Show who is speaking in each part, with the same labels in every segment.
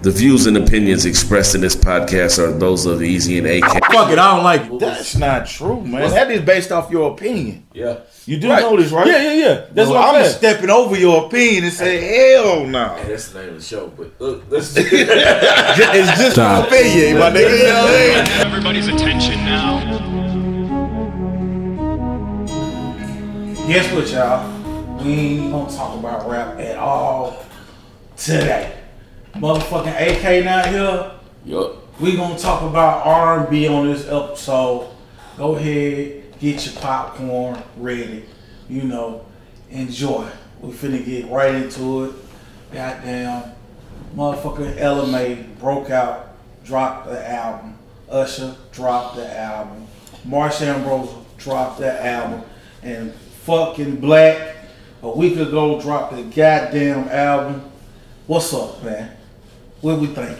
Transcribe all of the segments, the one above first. Speaker 1: The views and opinions expressed in this podcast are those of Easy and AK.
Speaker 2: Fuck it, I don't like it.
Speaker 3: That's not true, man. That is based off your opinion.
Speaker 2: Yeah.
Speaker 3: You do know this, right?
Speaker 2: Yeah, yeah, yeah. That's
Speaker 3: Well,
Speaker 2: what
Speaker 3: I'm
Speaker 2: I'm saying.
Speaker 3: stepping over your opinion and say, hell no.
Speaker 4: That's the name of the show. But look, let's. That's
Speaker 3: It's just
Speaker 2: Stop.
Speaker 3: opinion, my nigga. You know what I mean?
Speaker 5: Everybody's attention now.
Speaker 2: Guess what, y'all? We ain't gonna talk about rap at all today. Motherfucking AK not here. Yup. We gonna talk about R and B on this episode. Go ahead, get your popcorn ready. You know, enjoy. We finna get right into it. Goddamn, motherfucking LMA broke out, dropped the album. Usher dropped the album. Marsh Ambrose dropped the album, and fucking Black a week ago dropped the goddamn album. What's up, man? What we thinking?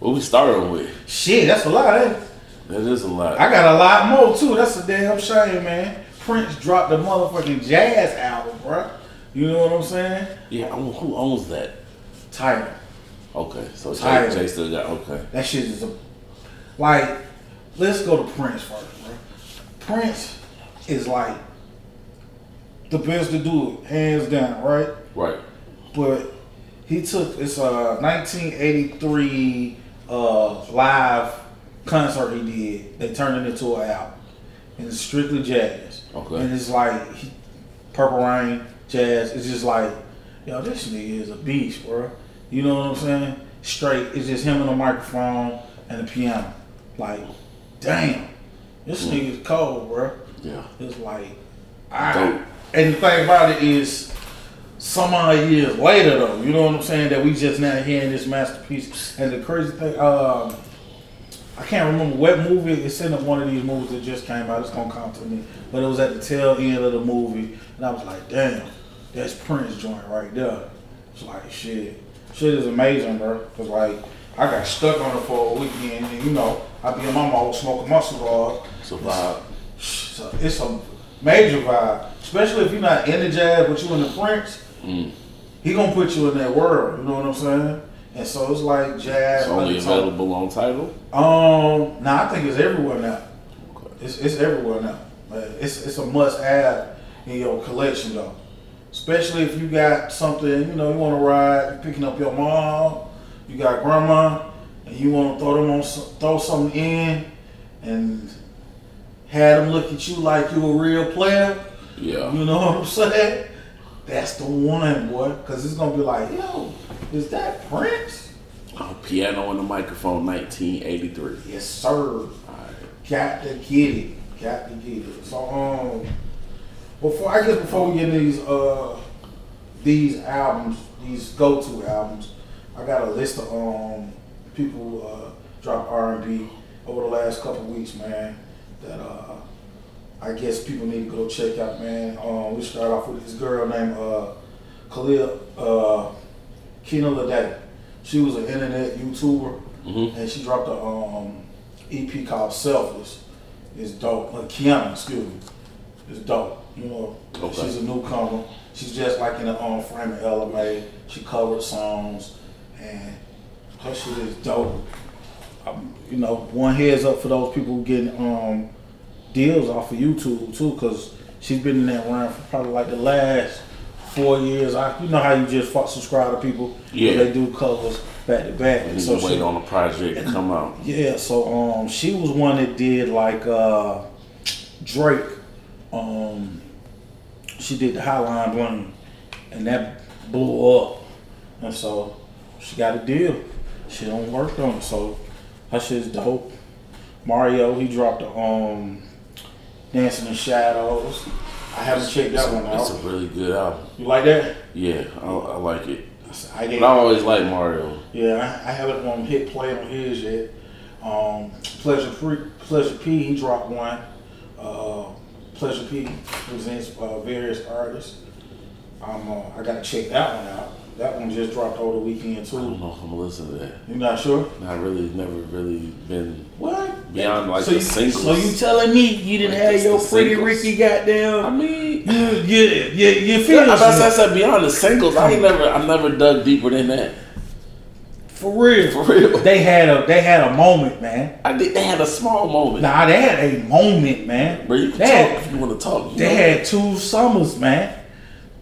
Speaker 4: what we started with.
Speaker 2: Shit, that's a lot. Ain't it?
Speaker 4: That is a lot.
Speaker 2: I got a lot more too. That's a damn shame, man. Prince dropped the motherfucking jazz album, bruh. You know what I'm saying?
Speaker 4: yeah, I don't- who owns that?
Speaker 2: Title.
Speaker 4: Okay, so Jay,
Speaker 2: Tired.
Speaker 4: Jay still got okay.
Speaker 2: That shit is a like. Let's go to Prince first, bro. Prince is like the best to do it, hands down, right?
Speaker 4: Right.
Speaker 2: But he took it's a 1983 uh, live concert he did. They turned it into an album, and it's strictly jazz.
Speaker 4: Okay.
Speaker 2: And it's like he, Purple Rain jazz. It's just like, yo, this nigga is a beast, bro. You know what I'm saying? Straight. It's just him and a microphone and a piano. Like, damn, this nigga's cold, bro.
Speaker 4: Yeah.
Speaker 2: It's like, I,
Speaker 4: Dope.
Speaker 2: and the thing about it is, some odd years later though, you know what I'm saying, that we just now hearing this masterpiece. And the crazy thing, um, I can't remember what movie. It's in one of these movies that just came out. It's gonna come to me, but it was at the tail end of the movie, and I was like, damn, that's Prince joint right there. It's like shit, shit is amazing, bro. Cause like I got stuck on it for a weekend, and you know I be in my mode smoking my cigars.
Speaker 4: It's a vibe.
Speaker 2: It's a, it's a major vibe, especially if you're not in the jazz, but you in the Prince.
Speaker 4: Mm.
Speaker 2: He gonna put you in that world. You know what I'm saying? And so it's like jazz.
Speaker 4: It's only
Speaker 2: like talk-
Speaker 4: available on title.
Speaker 2: um, nah, I think it's everywhere now. It's, it's everywhere now. Like, It's it's a must have in your collection though, especially if you got something you know you want to ride, you picking up your mom, you got grandma, and you want to throw them on some- throw something in, and have them look at you like you a real player.
Speaker 4: Yeah.
Speaker 2: You know what I'm saying? That's the one, boy, because it's gonna be like, yo, is that Prince?
Speaker 4: Oh, piano and the microphone, 1983.
Speaker 2: Yes, sir. Got to get it. Got to get it. So um, before I guess before we get into these uh these albums, these go to albums, I got a list of um people who, uh drop R and B over the last couple weeks, man. That uh I guess people need to go check out, man. Um, we start off with this girl named uh Khalil uh Kina Lede. She was an internet YouTuber, and she dropped a um, EP called Selfless. It's dope. Uh, Kiana, excuse me. It's dope. You know,
Speaker 4: Okay.
Speaker 2: she's a newcomer. She's just like in the um, frame of LMA. She covered songs, and her shit is dope. Um, you know, one heads up for those people getting um, deals off of YouTube too, because she's been in that realm for probably like the last four years. I, you know how you just fuck subscribe to people,
Speaker 4: Yeah.
Speaker 2: They do covers back to back,
Speaker 4: And
Speaker 2: and
Speaker 4: then
Speaker 2: so
Speaker 4: you
Speaker 2: she,
Speaker 4: wait on the project to come out.
Speaker 2: yeah. So um, she was one that did like uh, Drake. Um, she did the Highline Bling, and that blew up, and so she got a deal. She don't work on it, so her shit's dope. Mario, he dropped the um, Dancing in Shadows. I haven't checked that one
Speaker 4: It's a
Speaker 2: out.
Speaker 4: really good album.
Speaker 2: You like that?
Speaker 4: Yeah, I, I like it.
Speaker 2: I
Speaker 4: But
Speaker 2: gave
Speaker 4: I always like Mario.
Speaker 2: Yeah, I I haven't um, hit play on his yet. Um, Pleasure Free, Pleasure P, he dropped one. Uh, Pleasure P presents uh, various artists. Um, uh, I gotta check that one out. That one just dropped over the weekend
Speaker 4: I don't
Speaker 2: too.
Speaker 4: know if I'm gonna listen to that.
Speaker 2: You not sure?
Speaker 4: I really never really been
Speaker 2: What?
Speaker 4: beyond like
Speaker 2: so,
Speaker 4: the
Speaker 2: you,
Speaker 4: singles.
Speaker 2: so you telling me you didn't
Speaker 4: Like,
Speaker 2: have
Speaker 4: it's
Speaker 2: your
Speaker 4: the
Speaker 2: pretty
Speaker 4: singles.
Speaker 2: Ricky goddamn?
Speaker 4: I mean,
Speaker 2: yeah, yeah, yeah, you
Speaker 4: yeah,
Speaker 2: feel
Speaker 4: I
Speaker 2: me?
Speaker 4: said beyond the singles. I ain't never, I never dug deeper than that.
Speaker 3: For real.
Speaker 4: For real.
Speaker 3: They had a they had a moment, man.
Speaker 4: I think they had a small moment.
Speaker 3: Nah, they had a moment, man.
Speaker 4: Bro, you can
Speaker 3: they
Speaker 4: talk
Speaker 3: had,
Speaker 4: if you want to talk. you
Speaker 3: they
Speaker 4: know?
Speaker 3: had two summers, man.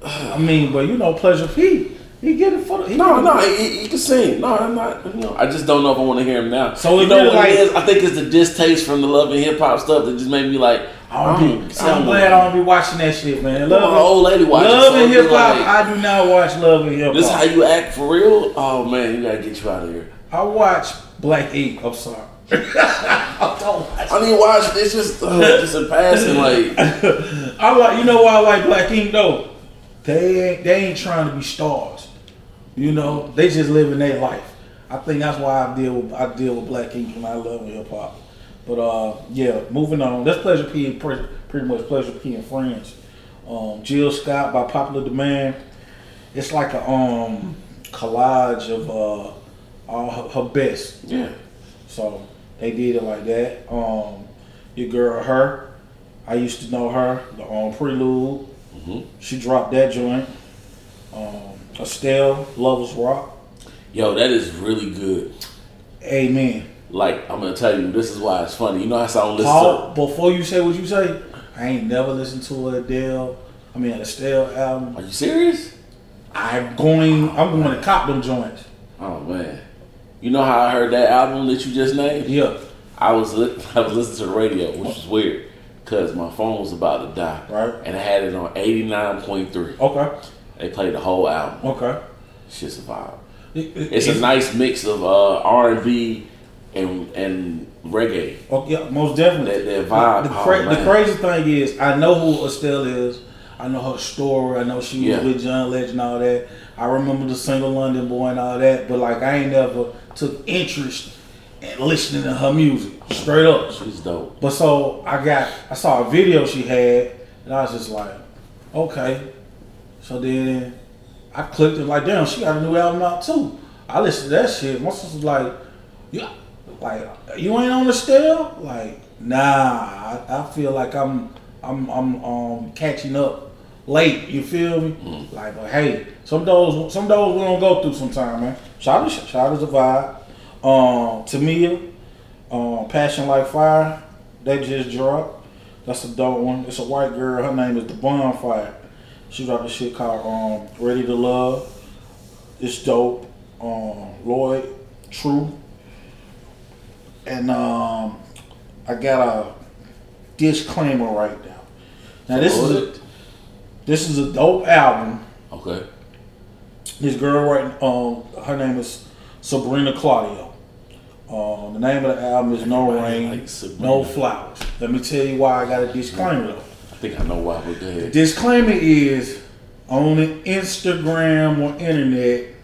Speaker 3: I mean, but you know, pleasure P. He get it for the he
Speaker 4: No,
Speaker 3: get it-
Speaker 4: no, he, he can sing. No, I'm not. You know, I just don't know if I want to hear him now.
Speaker 3: So
Speaker 4: So you
Speaker 3: it
Speaker 4: know
Speaker 3: really
Speaker 4: what it
Speaker 3: like-
Speaker 4: is? I think it's the distaste from the love and hip hop stuff that just made me like. "Oh,
Speaker 3: I
Speaker 4: I
Speaker 3: don't
Speaker 4: don't
Speaker 3: be, I'm glad I don't be watching that shit, man. Love
Speaker 4: an old lady watching
Speaker 3: Love and
Speaker 4: something
Speaker 3: hip hop.
Speaker 4: like-
Speaker 3: I do not watch love and hip
Speaker 4: This how
Speaker 3: hop.
Speaker 4: you act for real? Oh man, you gotta get you out of here.
Speaker 3: I watch Black Ink. I'm sorry. I don't watch.
Speaker 4: I mean, watch this just uh, just in passing. Like,
Speaker 3: I like. You know why I like Black Ink though? They ain't. They ain't trying to be stars. You know, they just living their life. I think that's why I deal with I deal with Black Ink and I love and hip hop. But uh, yeah, moving on. That's Pleasure P and pre- pretty much Pleasure P and Friends. Um, Jill Scott by popular demand. It's like a um collage of uh all her, her best.
Speaker 4: yeah,
Speaker 3: So they did it like that. Um, your girl, her, I used to know her. The um, Prelude,
Speaker 4: Mm-hmm.
Speaker 3: she dropped that joint. Um, Estelle, Lovers Rock,
Speaker 4: yo, that is really good.
Speaker 3: Amen.
Speaker 4: Like, I'm gonna tell you, this is why it's funny. You know how I don't listen
Speaker 3: Paul, before you say what you say, I ain't never listened to a Adele. I mean, Estelle album.
Speaker 4: to. Are you serious?
Speaker 3: I'm going. I'm going to cop them joints.
Speaker 4: Oh man, you know how I heard that album that you just named?
Speaker 3: Yeah,
Speaker 4: I was li- I was listening to the radio, which is weird, cause my phone was about to die.
Speaker 3: Right. Oh.
Speaker 4: And I had it on eighty nine point three.
Speaker 3: okay,
Speaker 4: They played the whole album.
Speaker 3: okay.
Speaker 4: Shit's a vibe.
Speaker 3: It- it-
Speaker 4: It's a nice mix of uh, R and B and and reggae.
Speaker 3: Oh, yeah, most
Speaker 4: That-
Speaker 3: definitely.
Speaker 4: that vibe,
Speaker 3: The,
Speaker 4: oh,
Speaker 3: cra- the
Speaker 4: man.
Speaker 3: crazy thing is, I know who Estelle is. I know her story. I know she was
Speaker 4: Yeah.
Speaker 3: with John Legend and all that. I remember the single London Boy and all that. But like, I ain't never took interest in listening to her music straight up.
Speaker 4: She's dope.
Speaker 3: But so I got, I saw a video she had, and I was just like, okay. So then I clicked it like, damn, she got a new album out too. I listened to that shit. My sister's like, you, like you ain't on the stale? Like, nah. I, I feel like I'm, I'm, I'm um, catching up late. You feel me? Like, but hey, some those, some those we don't go through sometime, man. Shout out, shout out the vibe. Um, Tamia, um, Passion Like Fire, that just dropped. That's a dope one. It's a white girl. Her name is The Bonfire. She dropped a shit called um, Ready to Love. It's dope. Um, Lloyd, True. And um, I got a disclaimer right now. Now this is a, this is a dope album.
Speaker 4: Okay.
Speaker 3: This girl right um her name is Sabrina Claudio. Um, the name of the album is No
Speaker 4: Everybody
Speaker 3: Rain,
Speaker 4: likes Sabrina.
Speaker 3: No Flowers. Let me tell you why I got a disclaimer though.
Speaker 4: I think I know why we're good.
Speaker 3: Disclaimer is on the Instagram or internet,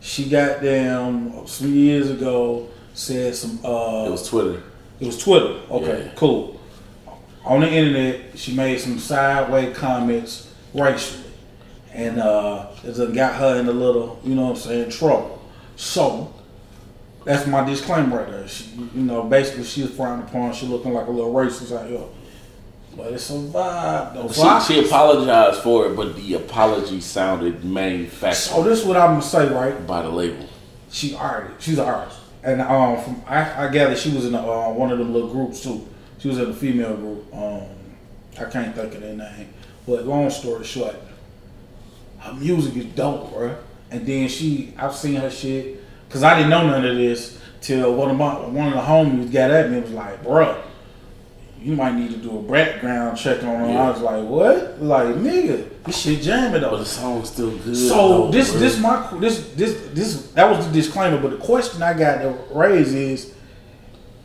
Speaker 3: she got down some years ago said some uh
Speaker 4: It was Twitter.
Speaker 3: it was Twitter. Okay,
Speaker 4: Yeah.
Speaker 3: cool. On the internet, she made some sideways comments racially, and uh, it done got her in a little, you know what I'm saying, trouble. So that's my disclaimer right there. She, you know, basically she's frowned upon. She looking like a little racist out here, but it's a vibe though. So I-
Speaker 4: She, she apologized for it, but the apology sounded manufactured
Speaker 3: so this is what I'm gonna say, right?
Speaker 4: by the label.
Speaker 3: she artist. She's an artist, and um, from I, I gather she was in a, uh, one of them little groups too. She was in a female group. Um, I can't think of their name, but long story short, her music is dope, bro. And then she, I've seen her shit, cause I didn't know none of this till one of my one of the homies got at me and was like, bruh, you might need to do a background check on her. I
Speaker 4: Yeah.
Speaker 3: was like, what? Like, nigga, this shit jamming though.
Speaker 4: But the song's still good.
Speaker 3: So
Speaker 4: though,
Speaker 3: this
Speaker 4: bro.
Speaker 3: this my this this this that was the disclaimer, but the question I got to raise is,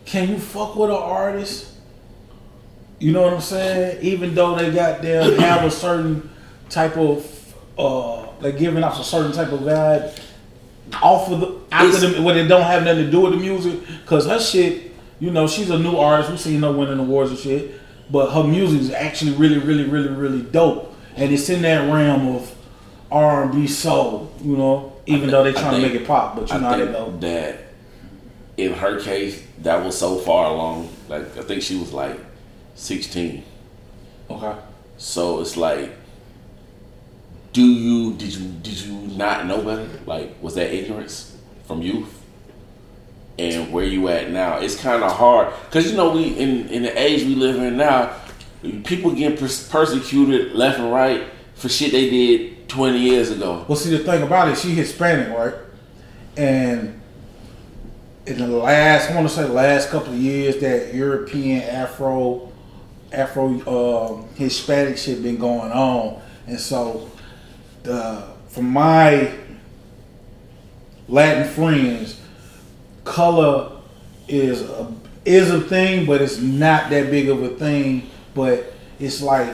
Speaker 3: can you fuck with an artist? You know what I'm saying? Even though they got them have a certain type of uh, they giving off a certain type of vibe off of the after
Speaker 4: It's-
Speaker 3: the when it don't have nothing to do with the music, cause her shit, you know, she's a new artist. We seen her winning awards and shit, but her music is actually really, really, really, really dope, and it's in that realm of R and B soul. You know, even though they
Speaker 4: I
Speaker 3: trying to
Speaker 4: think-
Speaker 3: make it pop, but you know
Speaker 4: I
Speaker 3: how they
Speaker 4: think
Speaker 3: go.
Speaker 4: that in her case, that was so far along. Like I think she was like sixteen.
Speaker 3: Okay.
Speaker 4: So it's like, do you did you did you not know better? Like was that ignorance from youth? and where you at now. It's kind of hard because you know we in in the age we live in now, people get pers- persecuted left and right for shit they did twenty years ago.
Speaker 3: Well, see, the thing about it, she Hispanic, right? And in the last, I want to say, the last couple of years, that European Afro, Afro um, Hispanic shit been going on, and so the from my Latin friends, color is a is a thing, but it's not that big of a thing. But it's like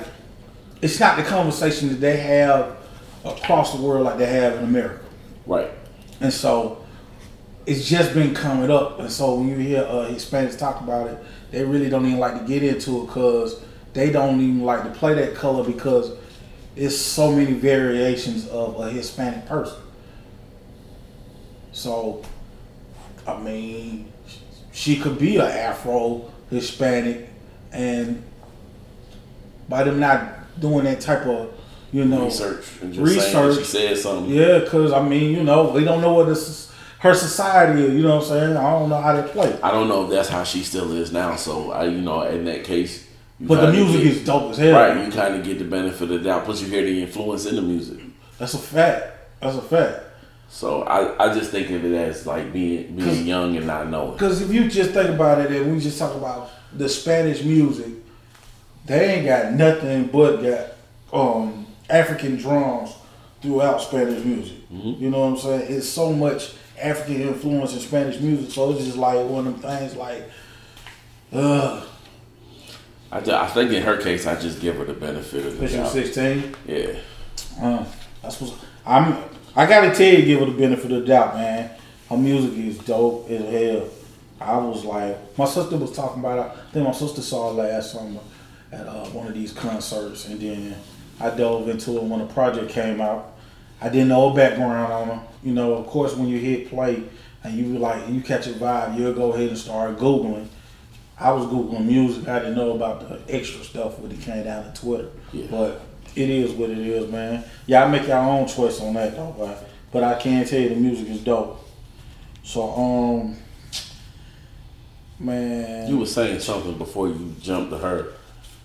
Speaker 3: it's not the conversation that they have across the world like they have in America.
Speaker 4: Right.
Speaker 3: And so it's just been coming up. And so when you hear uh, Hispanics talk about it, they really don't even like to get into it because they don't even like to play that color because it's so many variations of a Hispanic person. So, I mean, she could be a Afro Hispanic, and by them not doing that type of, you know,
Speaker 4: Research and just research. Saying that she
Speaker 3: Research.
Speaker 4: said something.
Speaker 3: yeah, because I mean, you know, we don't know what this is- her society is. You know what I'm saying? I don't know how they play,
Speaker 4: I don't know if that's how she still is now. So I, you know, in that case, you
Speaker 3: but the
Speaker 4: kinda
Speaker 3: music
Speaker 4: get-
Speaker 3: is dope as hell.
Speaker 4: right. You kind of get the benefit of the doubt. Plus, you hear the influence in the music.
Speaker 3: That's a fact. That's a fact.
Speaker 4: So I, I just think of it as like being being young and not knowing.
Speaker 3: Because if you just think about it, and we just talk about the Spanish music, they ain't got nothing but got um, African drums throughout Spanish music.
Speaker 4: Mm-hmm.
Speaker 3: You know what I'm saying? It's so much African influence in Spanish music, so it's just like one of them things. Like, ugh,
Speaker 4: I, ju- I think in her case, I just give her the benefit of the
Speaker 3: Fisher
Speaker 4: doubt.
Speaker 3: 16.
Speaker 4: Yeah,
Speaker 3: Uh, that's what I'm. I gotta tell you, give her the benefit of the doubt, man. Her music is dope as hell. I was like, my sister was talking about. it. I think my sister saw it last summer at uh, one of these concerts, and then I dove into it when the project came out. I didn't know her background on her. You know, of course, when you hit play and you like you catch a vibe, you'll go ahead and start googling. I was googling music. I didn't know about the extra stuff when it came down to Twitter.
Speaker 4: Yeah.
Speaker 3: But it is what it is, man. Y'all make your own choice on that though, but but I can tell you the music is dope. So um, man,
Speaker 4: you were saying something before you jumped to her.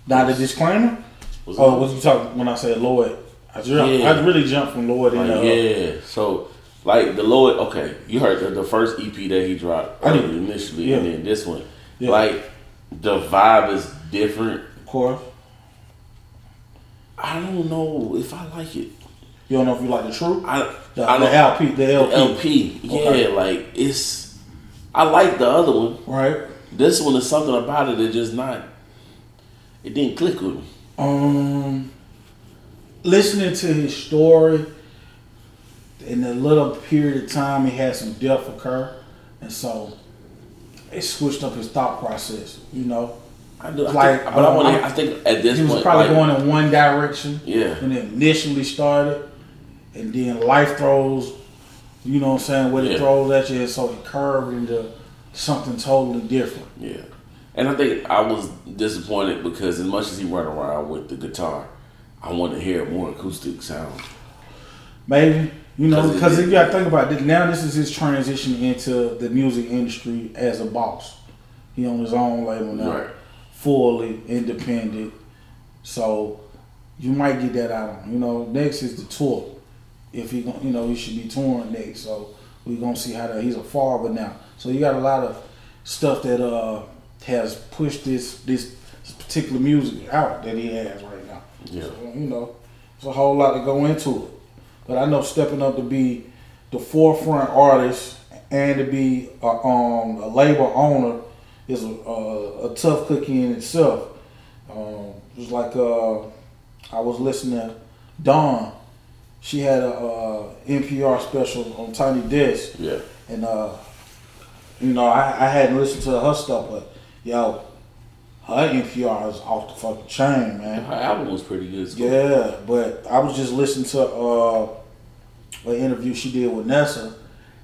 Speaker 3: not a disclaimer.
Speaker 4: Was
Speaker 3: Oh, what you talking when I said Lloyd? I, jump,
Speaker 4: Yeah.
Speaker 3: I really jumped from Lloyd in.
Speaker 4: Like,
Speaker 3: uh,
Speaker 4: yeah. So like the Lord, okay, you heard the, the first EP that he dropped
Speaker 3: I did.
Speaker 4: earlier initially, and
Speaker 3: Yeah.
Speaker 4: then this one.
Speaker 3: Yeah.
Speaker 4: Like the vibe is different.
Speaker 3: Of course,
Speaker 4: I don't know if I like it.
Speaker 3: you don't know if you like the truth.
Speaker 4: I
Speaker 3: The,
Speaker 4: I
Speaker 3: the
Speaker 4: don't-
Speaker 3: LP, the LP,
Speaker 4: LP. Yeah,
Speaker 3: Okay.
Speaker 4: like it's. I like the other one.
Speaker 3: right?
Speaker 4: This one is something about it that just not. It didn't click with me.
Speaker 3: Um, listening to his story in a little period of time, he had some death occur, and so it switched up his thought process. You know,
Speaker 4: I do. Like,
Speaker 3: Like,
Speaker 4: think, but I want.
Speaker 3: um,
Speaker 4: to. I think at this
Speaker 3: he was
Speaker 4: point,
Speaker 3: probably
Speaker 4: like,
Speaker 3: going in one direction
Speaker 4: Yeah.
Speaker 3: when it initially started, and then life throws. You know what I'm saying? What
Speaker 4: Yeah.
Speaker 3: it throws at you, and so it curved into something totally different.
Speaker 4: Yeah, and I think I was disappointed because as much as he ran around with the guitar, I wanted to hear more acoustic sound.
Speaker 3: Maybe you know
Speaker 4: 'Cause it-
Speaker 3: because you got to think about it. Now this is his transition into the music industry as a boss. He on his own label now,
Speaker 4: Right.
Speaker 3: fully independent. So you might get that out of him. You know, next is the tour. If he, gon- you know, he should be touring next. So we gonna see how that. He's a father now, so you got a lot of stuff that uh has pushed this this particular music out that he has right now.
Speaker 4: Yeah.
Speaker 3: So, you know, it's a whole lot to go into it. But I know stepping up to be the forefront artist and to be a, um, a label owner is a, a, a tough cookie in itself. Um, it's like uh, I was listening to Dawn. She had a, uh NPR special on Tiny Desk.
Speaker 4: Yeah,
Speaker 3: And uh, you know, I, I hadn't listened to her stuff, but yo, her NPR is off the fucking chain, man.
Speaker 4: her album was pretty good. It's cool.
Speaker 3: Yeah, but I was just listening to uh, an interview she did with Nessa,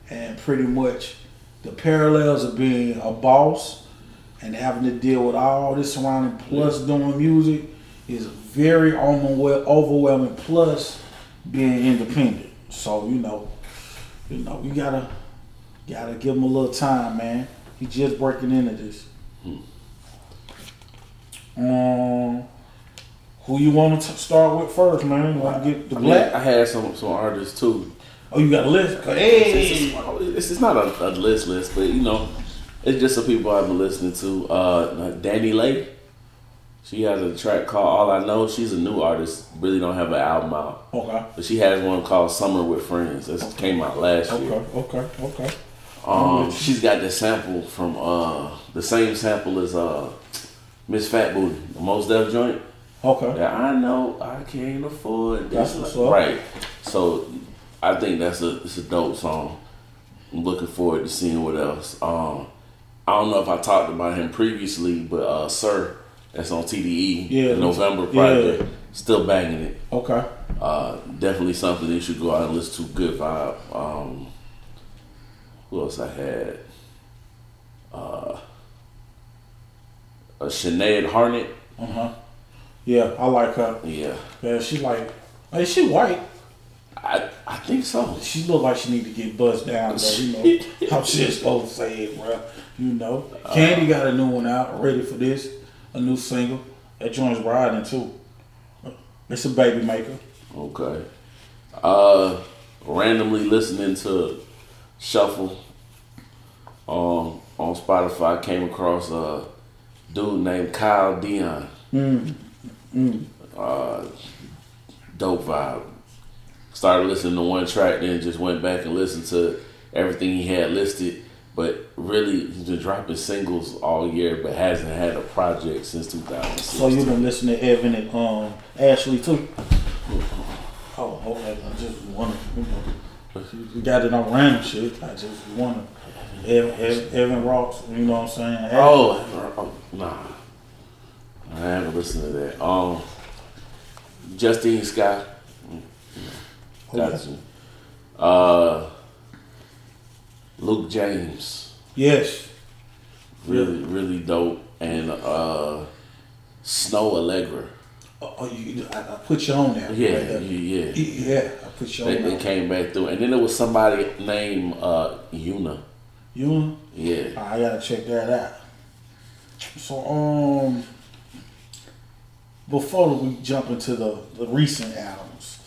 Speaker 3: and pretty much the parallels of being a boss and having to deal with all this surrounding, plus doing music, is very overwhel- overwhelming. Plus being independent, so you know, you know, you gotta Gotta give him a little time, man. He just breaking into this.
Speaker 4: Hmm.
Speaker 3: Um, who you want to start with first, man? Want to get the
Speaker 4: I, mean,
Speaker 3: black?
Speaker 4: I had some some artists too.
Speaker 3: Oh, you got a list?
Speaker 4: This
Speaker 3: Hey,
Speaker 4: is- This is not a, a list list, but you know, it's just some people I've been listening to. Uh, Danny Lake, she has a track called "All I Know." She's a new artist. Really don't have an album out,
Speaker 3: okay,
Speaker 4: but she has one called "Summer with Friends." That came out last
Speaker 3: okay,
Speaker 4: year.
Speaker 3: okay, okay.
Speaker 4: Um, she's got the sample from uh, the same sample as uh, Miss Fat Booty, the Most Def joint.
Speaker 3: Okay.
Speaker 4: that I know I can't afford. This.
Speaker 3: That's what's up.
Speaker 4: Right. So I think that's a it's a dope song. I'm looking forward to seeing what else. Um, I don't know if I talked about him previously, but uh, Sir, that's on TDE,
Speaker 3: Yeah,
Speaker 4: the November
Speaker 3: yeah.
Speaker 4: project, still banging it.
Speaker 3: Okay.
Speaker 4: Uh, definitely something that you should go out and listen to. Good vibe. Um, who else I had? Uh, uh, Sinead Harnett.
Speaker 3: Uh huh. Yeah, I like her.
Speaker 4: Yeah,
Speaker 3: Yeah, she like. Hey, she white.
Speaker 4: I I think so.
Speaker 3: She look like she need to get buzzed down, though. You know how shit's supposed to say it, bro. You know,
Speaker 4: Uh,
Speaker 3: Candy got a new one out, ready for this, a new single that joins riding too. It's a baby maker.
Speaker 4: Okay. Uh, randomly listening to Shuffle um, on Spotify, I came across a dude named Kyle Dion. Uh, dope vibe. Started listening to one track, then just went back and listened to everything he had listed. But really, he's been dropping singles all year, but hasn't had a project since 2006.
Speaker 3: So you been listening to Evan and um Ashley too? Oh, okay. I just wanna, you know, you got it on random shit. I just wanna. Evan, Evan, Evan Rocks, you know what I'm saying?
Speaker 4: Oh, oh, nah. I haven't listened to that. Um, Justine Scott. Got
Speaker 3: Okay.
Speaker 4: you. Uh, Luke James.
Speaker 3: yes.
Speaker 4: Really, really dope. And uh, Snow Allegra.
Speaker 3: Oh, oh, you, I, I put you on there.
Speaker 4: Yeah,
Speaker 3: Right there.
Speaker 4: yeah. yeah.
Speaker 3: Yeah, I put you
Speaker 4: They,
Speaker 3: on
Speaker 4: they
Speaker 3: there.
Speaker 4: came back through. And then there was somebody named uh, Yuna.
Speaker 3: You know?
Speaker 4: Yeah.
Speaker 3: I gotta check that out. So um before we jump into the, the recent albums,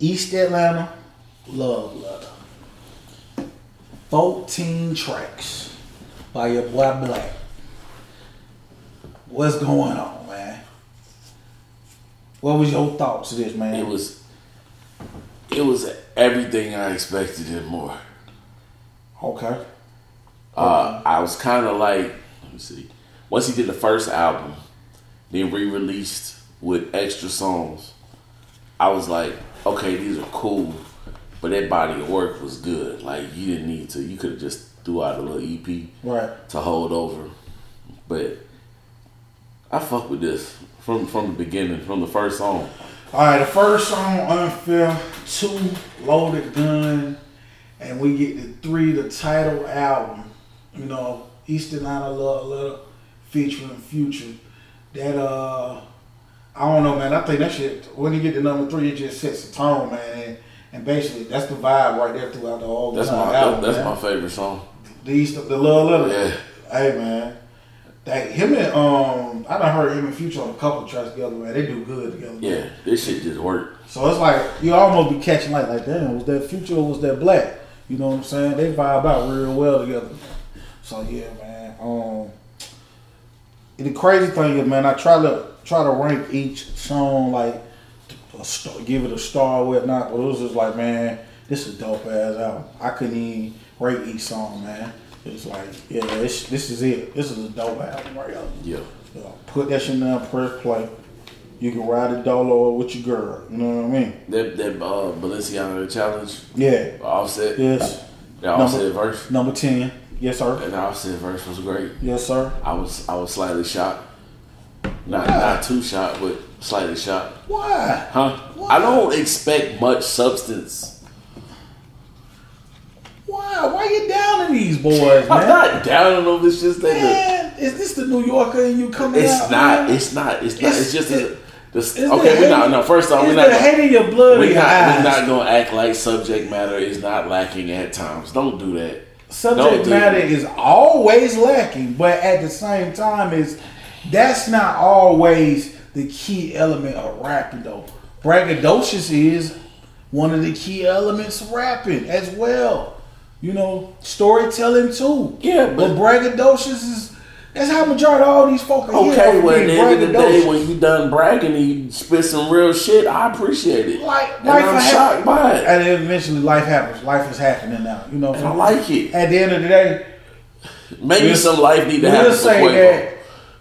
Speaker 3: East Atlanta, Love Letter. 14 tracks by your boy Black. What's going on, man? What was your thoughts of this, man?
Speaker 4: It was, it was everything I expected and more.
Speaker 3: okay.
Speaker 4: Uh, I was kind of like, let me see. Once he did the first album, then re-released with extra songs, I was like, okay, these are cool, but that body of work was good. Like you didn't need to. You could have just threw out a little EP
Speaker 3: Right.
Speaker 4: to hold over, but I fuck with this from from the beginning, from the first song.
Speaker 3: All right, the first song unfair, two loaded gun, and we get the three the title album. You know, East Atlanta Love Letter featuring Future. That uh, I don't know, man. I think that shit when you get to number three, it just sets the tone, man. And, and basically, that's the vibe right there throughout the whole
Speaker 4: That's
Speaker 3: entire
Speaker 4: my
Speaker 3: album.
Speaker 4: that's
Speaker 3: man.
Speaker 4: my favorite song.
Speaker 3: The East, the Love Letter.
Speaker 4: Yeah.
Speaker 3: Hey man, that him and um, I done heard him and Future on a couple of tracks together, man. They do good together. man.
Speaker 4: Yeah, this shit just worked.
Speaker 3: So it's like you almost be catching light like damn, was that future or was that black? You know what I'm saying? They vibe out real well together. So yeah, man. Um and the crazy thing is, man, I try to try to rank each song like a star, give it a star or whatnot, but it was just like, man, this is dope ass album. I couldn't even rate each song, man. It's like, yeah, this, this is it. This is a dope album right here.
Speaker 4: Yeah,
Speaker 3: You know, put that shit down, press play. You can ride a dolo with your girl. You know what I mean?
Speaker 4: that that uh, Balenciaga challenge
Speaker 3: Yeah.
Speaker 4: Offset.
Speaker 3: Yes.
Speaker 4: The offset verse.
Speaker 3: Number ten. Yes, sir.
Speaker 4: And the offset verse was great.
Speaker 3: Yes, sir.
Speaker 4: I was I was slightly shocked. Not not too shocked, but slightly shocked.
Speaker 3: Why?
Speaker 4: Huh? I don't expect much substance.
Speaker 3: Why? Why you down in these boys,
Speaker 4: I'm
Speaker 3: man?
Speaker 4: not down on this shit. Thing.
Speaker 3: Man, is this the New Yorker and you coming
Speaker 4: It's
Speaker 3: out?
Speaker 4: not.
Speaker 3: man?
Speaker 4: It's not. It's not. It's
Speaker 3: It's-
Speaker 4: just. a- this-
Speaker 3: Is
Speaker 4: okay,
Speaker 3: the
Speaker 4: we're
Speaker 3: hate-
Speaker 4: not. No, first off,
Speaker 3: is
Speaker 4: we're
Speaker 3: the
Speaker 4: not.
Speaker 3: hate in your blood. in
Speaker 4: We're
Speaker 3: your
Speaker 4: not, we're
Speaker 3: eyes?
Speaker 4: not gonna act like subject matter is not lacking at times. Don't do that. No,
Speaker 3: subject
Speaker 4: dude.
Speaker 3: matter is always lacking, but at the same time, is that's not always the key element of rapping though. Braggadocious is one of the key elements of rapping as well. You know, storytelling too.
Speaker 4: Yeah,
Speaker 3: but,
Speaker 4: but-
Speaker 3: braggadocious is that's how majority of all these folk are here
Speaker 4: Okay,
Speaker 3: off
Speaker 4: well, at
Speaker 3: being
Speaker 4: the end of the
Speaker 3: braggadocious.
Speaker 4: day, when you done bragging and you spit some real shit, I appreciate it.
Speaker 3: Like,
Speaker 4: and
Speaker 3: life I
Speaker 4: I'm
Speaker 3: have-
Speaker 4: shocked by it.
Speaker 3: and eventually life happens. Life is happening now. You know,
Speaker 4: And I like it.
Speaker 3: at the end of the day,
Speaker 4: Maybe
Speaker 3: We'll-
Speaker 4: some life need to happen
Speaker 3: We'll
Speaker 4: for
Speaker 3: say
Speaker 4: Quavo.
Speaker 3: that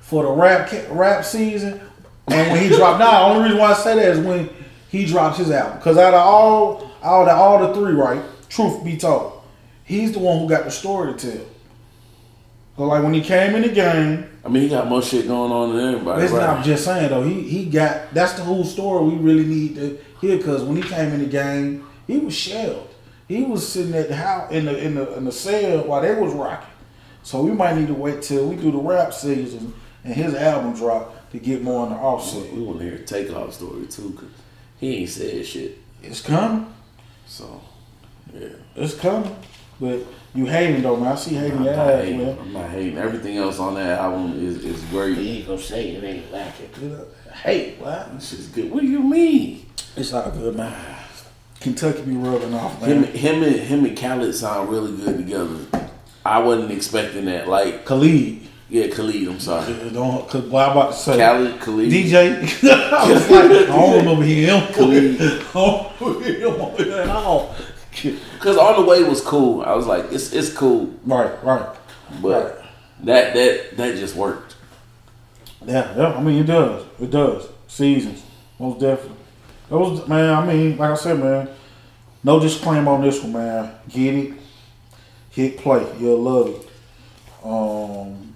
Speaker 3: for the rap ca- rap season, and when he dropped. Now, nah, only reason why I say that is when he drops his album. Because out of all out of all the three, right? Truth be told, he's the one who got the story to tell. So like when he came in the game,
Speaker 4: I mean, he got more shit going on than everybody.
Speaker 3: it's
Speaker 4: right?
Speaker 3: not just saying though. He he got that's the whole story we really need to hear. Because when he came in the game, he was shelled. He was sitting at the house in the in the in the cell while they was rocking. So we might need to wait till we do the rap season and his album drop to get more on the offset.
Speaker 4: We want to hear Takeoff story too, cause he ain't said shit.
Speaker 3: It's coming.
Speaker 4: So, yeah,
Speaker 3: It's coming. But you hating though, man. I see hating
Speaker 4: I'm
Speaker 3: your
Speaker 4: not
Speaker 3: ass,
Speaker 4: hating.
Speaker 3: man.
Speaker 4: I'm not hating. Everything else on that album is is great.
Speaker 6: ain't gonna say it ain't lacking.
Speaker 3: Hate what?
Speaker 4: This is good. What do you mean?
Speaker 3: It's all good, man. Kentucky be rubbing off,
Speaker 4: Him,
Speaker 3: man.
Speaker 4: him and him and Khaled sound really good together. I wasn't expecting that. Like,
Speaker 3: Khalid.
Speaker 4: yeah, Khalid. I'm sorry,
Speaker 3: Don't, cause what I'm about to say.
Speaker 4: Khaled, Khalid.
Speaker 3: DJ. I was like, I don't remember him. I don't remember him at all.
Speaker 4: Cause all the way was cool. I was like, it's it's cool,
Speaker 3: Right, right.
Speaker 4: but that that that just worked.
Speaker 3: Yeah, yeah, I mean it does. It does. Seasons. Most definitely. Those man, I mean, like I said, man, no disclaimer on this one, man. Get it. Hit play. You'll love it. Um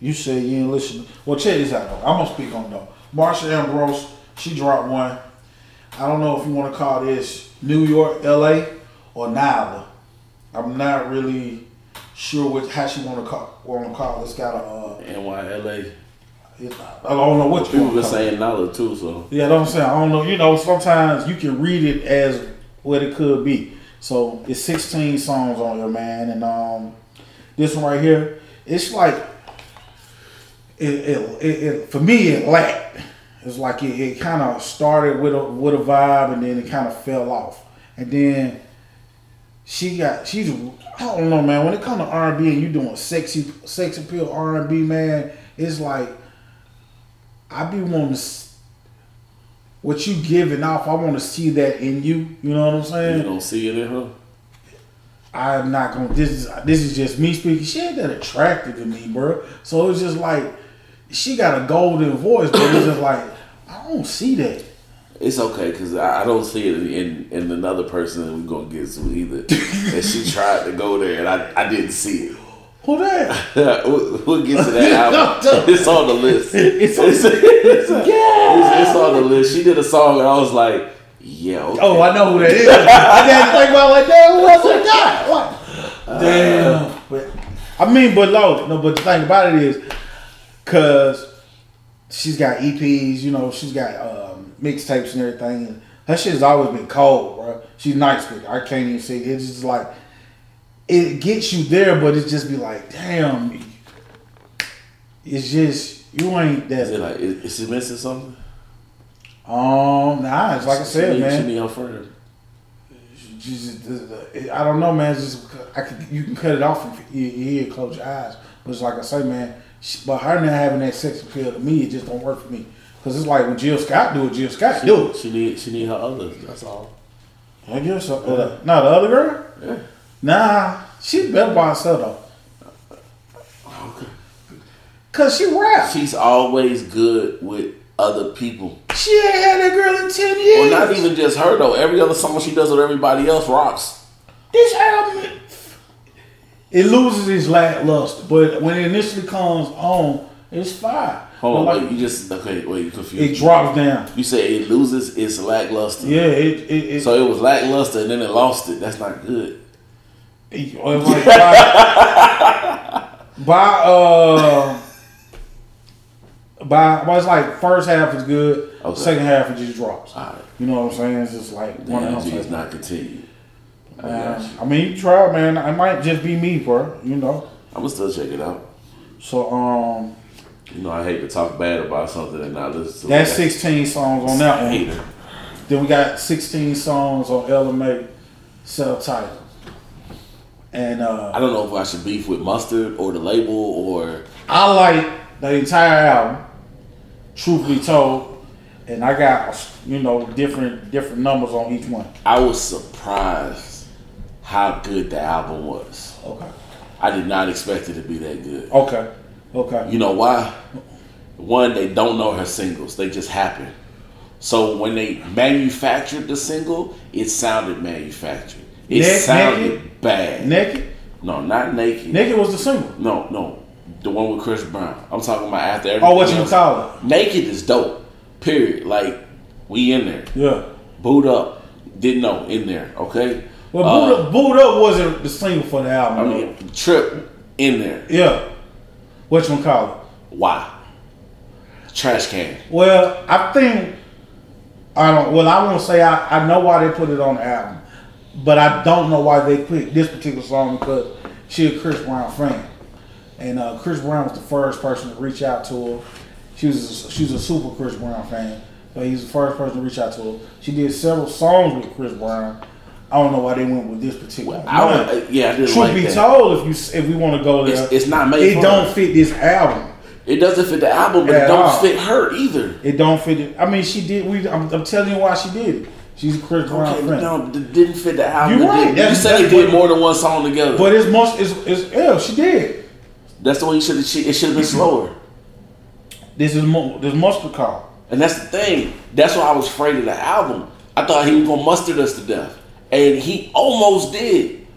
Speaker 3: You said you ain't listen. Well check this out though. I'm gonna speak on it, though. Marsha Ambrose, she dropped one. I don't know if you wanna call this New York, LA, or neither. I'm not really sure what how she wanna call wanna call it. It's got a uh
Speaker 4: NYLA.
Speaker 3: it's- I don't know what you
Speaker 4: People
Speaker 3: want
Speaker 4: were
Speaker 3: to say.
Speaker 4: saying Nala too, so
Speaker 3: Yeah, that's what I'm saying. I don't know. You know, sometimes you can read it as what it could be. So it's 16 songs on here, man. And um, this one right here, it's like it, it, it, it for me it lacked. It's like it, it kind of started with a with a vibe and then it kind of fell off. And then she got she's I don't know man. When it comes to R and B and you doing sexy sex appeal R and B man, it's like I be wanting to s- what you giving off. I want to see that in you. You know what I'm saying?
Speaker 4: you don't see it in her.
Speaker 3: I'm not gonna. This is this is just me speaking. She ain't that attractive to me, bro. So it's just like she got a golden voice, but it's just like I don't see that.
Speaker 4: It's okay because I, I don't see it in in another person that we're gonna get to either. and she tried to go there, and I, I didn't see it.
Speaker 3: Who that?
Speaker 4: we'll, we'll get to that album. it's on the list.
Speaker 3: It's on-
Speaker 4: it's, it's- it's- it's on the list. She did a song, and I was like, yeah, okay.
Speaker 3: Oh, I know who that is. I didn't think about it like that. Who else I got? Like, damn. But I mean, but no, no. But the thing about it is, cause she's got EPs. You know, she's got um, mixtapes and everything. And her shit has always been cold, bro. She's nice with it. I can't even say it's just like it gets you there, but it just be like, damn. It's just you ain't
Speaker 4: Is it
Speaker 3: that.
Speaker 4: like is, is she missing something?
Speaker 3: Um, nah. It's like I said,
Speaker 4: she, need-
Speaker 3: man.
Speaker 4: she need her friend.
Speaker 3: Jesus, this- this- I don't know, man. It's just I can, you can cut it off if you, you hear, close your eyes. But it's like I say, man. She, but her not having that sex appeal to me, it just don't work for me. Cause it's like when Jill Scott do it, Jill Scott do it.
Speaker 4: She need she need her others. That's all.
Speaker 3: I guess so. Not the other girl.
Speaker 4: Yeah.
Speaker 3: Nah, she better by herself though. Cause she rap. She,
Speaker 4: She's always good with other people.
Speaker 3: ain't had that girl in ten
Speaker 4: Well,
Speaker 3: years.
Speaker 4: not even just her though. Every other song she does with everybody else rocks.
Speaker 3: this album it loses its lackluster, but when it initially comes on, it's fire.
Speaker 4: Hold on,
Speaker 3: But Oh, like,
Speaker 4: wait, you just okay. Wait, you confused.
Speaker 3: it drops down.
Speaker 4: You say it loses its lackluster.
Speaker 3: Yeah, it it, it,
Speaker 4: So it was lackluster and then it lost it. That's not good.
Speaker 3: it- it was like by, by uh by well, it's like first half is good,
Speaker 4: Okay. Ah.
Speaker 3: second half it just drops.
Speaker 4: All right.
Speaker 3: You know what I'm saying? It's just like one
Speaker 4: The
Speaker 3: of them
Speaker 4: energy is
Speaker 3: things.
Speaker 4: not continued. I got you.
Speaker 3: I mean, you try, man. It might just be me, bro. You know.
Speaker 4: I'm gonna still check it out.
Speaker 3: So um,
Speaker 4: You know, I hate to talk bad about something and not listen to
Speaker 3: that's
Speaker 4: it.
Speaker 3: 16 songs on that one.
Speaker 4: Hater.
Speaker 3: Then we got 16 songs on LMA subtitle. And uh,
Speaker 4: I don't know if I should beef with mustard or the label or
Speaker 3: I like the entire album, truthfully told, and I got you know different different numbers on each one.
Speaker 4: I was surprised how good the album was.
Speaker 3: Okay.
Speaker 4: I did not expect it to be that good.
Speaker 3: Okay. Okay.
Speaker 4: You know why? One, they don't know her singles. They just happen. So when they manufactured the single, it sounded manufactured. It
Speaker 3: Naked?
Speaker 4: sounded bad.
Speaker 3: Naked.
Speaker 4: no, not naked.
Speaker 3: Naked was the single.
Speaker 4: No, no. The one with Chris Brown. I'm talking about after everything.
Speaker 3: Oh, what you
Speaker 4: else.
Speaker 3: call it?
Speaker 4: Naked is dope. Period. Like, we in there.
Speaker 3: Yeah.
Speaker 4: Boot up. Didn't know. In there. Okay?
Speaker 3: Well,
Speaker 4: Uh,
Speaker 3: Boot, up, Boot Up wasn't the single for the album.
Speaker 4: I
Speaker 3: though.
Speaker 4: mean, Trip. In there.
Speaker 3: yeah. What you call it?
Speaker 4: Why? Trash can.
Speaker 3: Well, I think I don't. Well, I won't say I, I know why they put it on the album, but I don't know why they picked this particular song because she a Chris Brown fan, and uh, Chris Brown was the first person to reach out to her. She was a, she was a super Chris Brown fan, so he was the first person to reach out to her. She did several songs with Chris Brown. I don't know why they went with this particular.
Speaker 4: I
Speaker 3: one.
Speaker 4: would, yeah, I didn't
Speaker 3: Truth
Speaker 4: like
Speaker 3: be
Speaker 4: that.
Speaker 3: told, if you s- if we want to go there,
Speaker 4: It's- it's not made
Speaker 3: It
Speaker 4: for
Speaker 3: don't
Speaker 4: her.
Speaker 3: fit this album.
Speaker 4: It doesn't fit the album, but
Speaker 3: At
Speaker 4: it don't
Speaker 3: all.
Speaker 4: fit her either.
Speaker 3: It don't fit. It. I mean, she did. We. I'm, I'm telling you why she did it. She's a Chris Brown
Speaker 4: Okay,
Speaker 3: friend.
Speaker 4: no, it didn't fit the album.
Speaker 3: You're
Speaker 4: It
Speaker 3: right.
Speaker 4: didn't. You
Speaker 3: That's-
Speaker 4: said
Speaker 3: that's
Speaker 4: they did
Speaker 3: what-
Speaker 4: more than one song together.
Speaker 3: But it's most. It's, it's yeah. She did.
Speaker 4: that's the way you should have. It should have been slower.
Speaker 3: This is mo- this mustard call.
Speaker 4: And that's the thing. That's why I was afraid of the album. I thought he was gonna mustard us to death, and he almost did.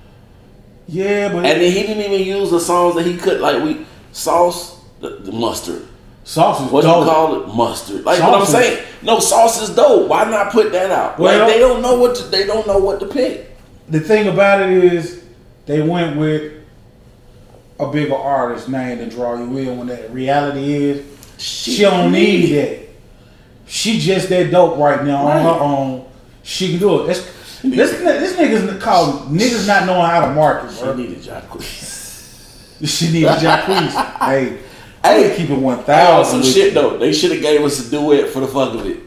Speaker 3: Yeah, but
Speaker 4: And then he didn't even use the songs that he could. Like we sauce the, the mustard.
Speaker 3: sauce is
Speaker 4: What
Speaker 3: dope.
Speaker 4: you call it? Mustard. Like what I'm
Speaker 3: Sauce is-
Speaker 4: saying. No sauce is dope. Why not put that out?
Speaker 3: Well-
Speaker 4: like they don't know what to, they don't know what to pick.
Speaker 3: The thing about it is, they went with a bigger artist name to draw you in. When the reality is, she don't need that. She just that dope right now on
Speaker 4: Right.
Speaker 3: her own. She can do it. That's, this this niggas called niggas not knowing how to market.
Speaker 4: She
Speaker 3: Bro.
Speaker 4: needed Jacquees.
Speaker 3: She needs Jacquees. hey, I
Speaker 4: Hey,
Speaker 3: would keep it one
Speaker 4: That was some
Speaker 3: thousand.
Speaker 4: shit though. They should have gave us a duet for the fuck of it.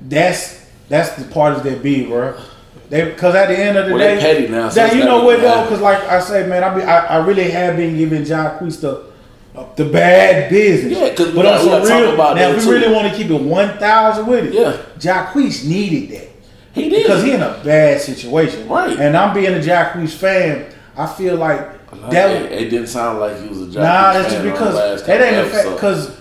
Speaker 3: That's that's the part of that be, bro. They because at the end of the
Speaker 4: Well,
Speaker 3: day,
Speaker 4: they petty now, so
Speaker 3: that-
Speaker 4: it's
Speaker 3: you
Speaker 4: not
Speaker 3: know
Speaker 4: gonna
Speaker 3: what though?
Speaker 4: happen.
Speaker 3: Because like I say, man, I be I, I really have been giving John Queese the the bad business.
Speaker 4: Yeah, 'cause we
Speaker 3: but
Speaker 4: got-
Speaker 3: on
Speaker 4: we
Speaker 3: some
Speaker 4: gotta talk
Speaker 3: real
Speaker 4: about
Speaker 3: now,
Speaker 4: that,
Speaker 3: if we
Speaker 4: too.
Speaker 3: really want to keep it one thousand with it,
Speaker 4: Yeah.
Speaker 3: Jacquees needed that
Speaker 4: He did.
Speaker 3: because he in a bad situation,
Speaker 4: Right.
Speaker 3: And I'm being a Jacquees fan. I feel like
Speaker 4: Nah,
Speaker 3: that
Speaker 4: it, it didn't sound like he was a Jacquees
Speaker 3: Nah, that's
Speaker 4: fan
Speaker 3: just
Speaker 4: on the
Speaker 3: because
Speaker 4: last
Speaker 3: that
Speaker 4: couple
Speaker 3: ain't a fact.
Speaker 4: episodes.
Speaker 3: Because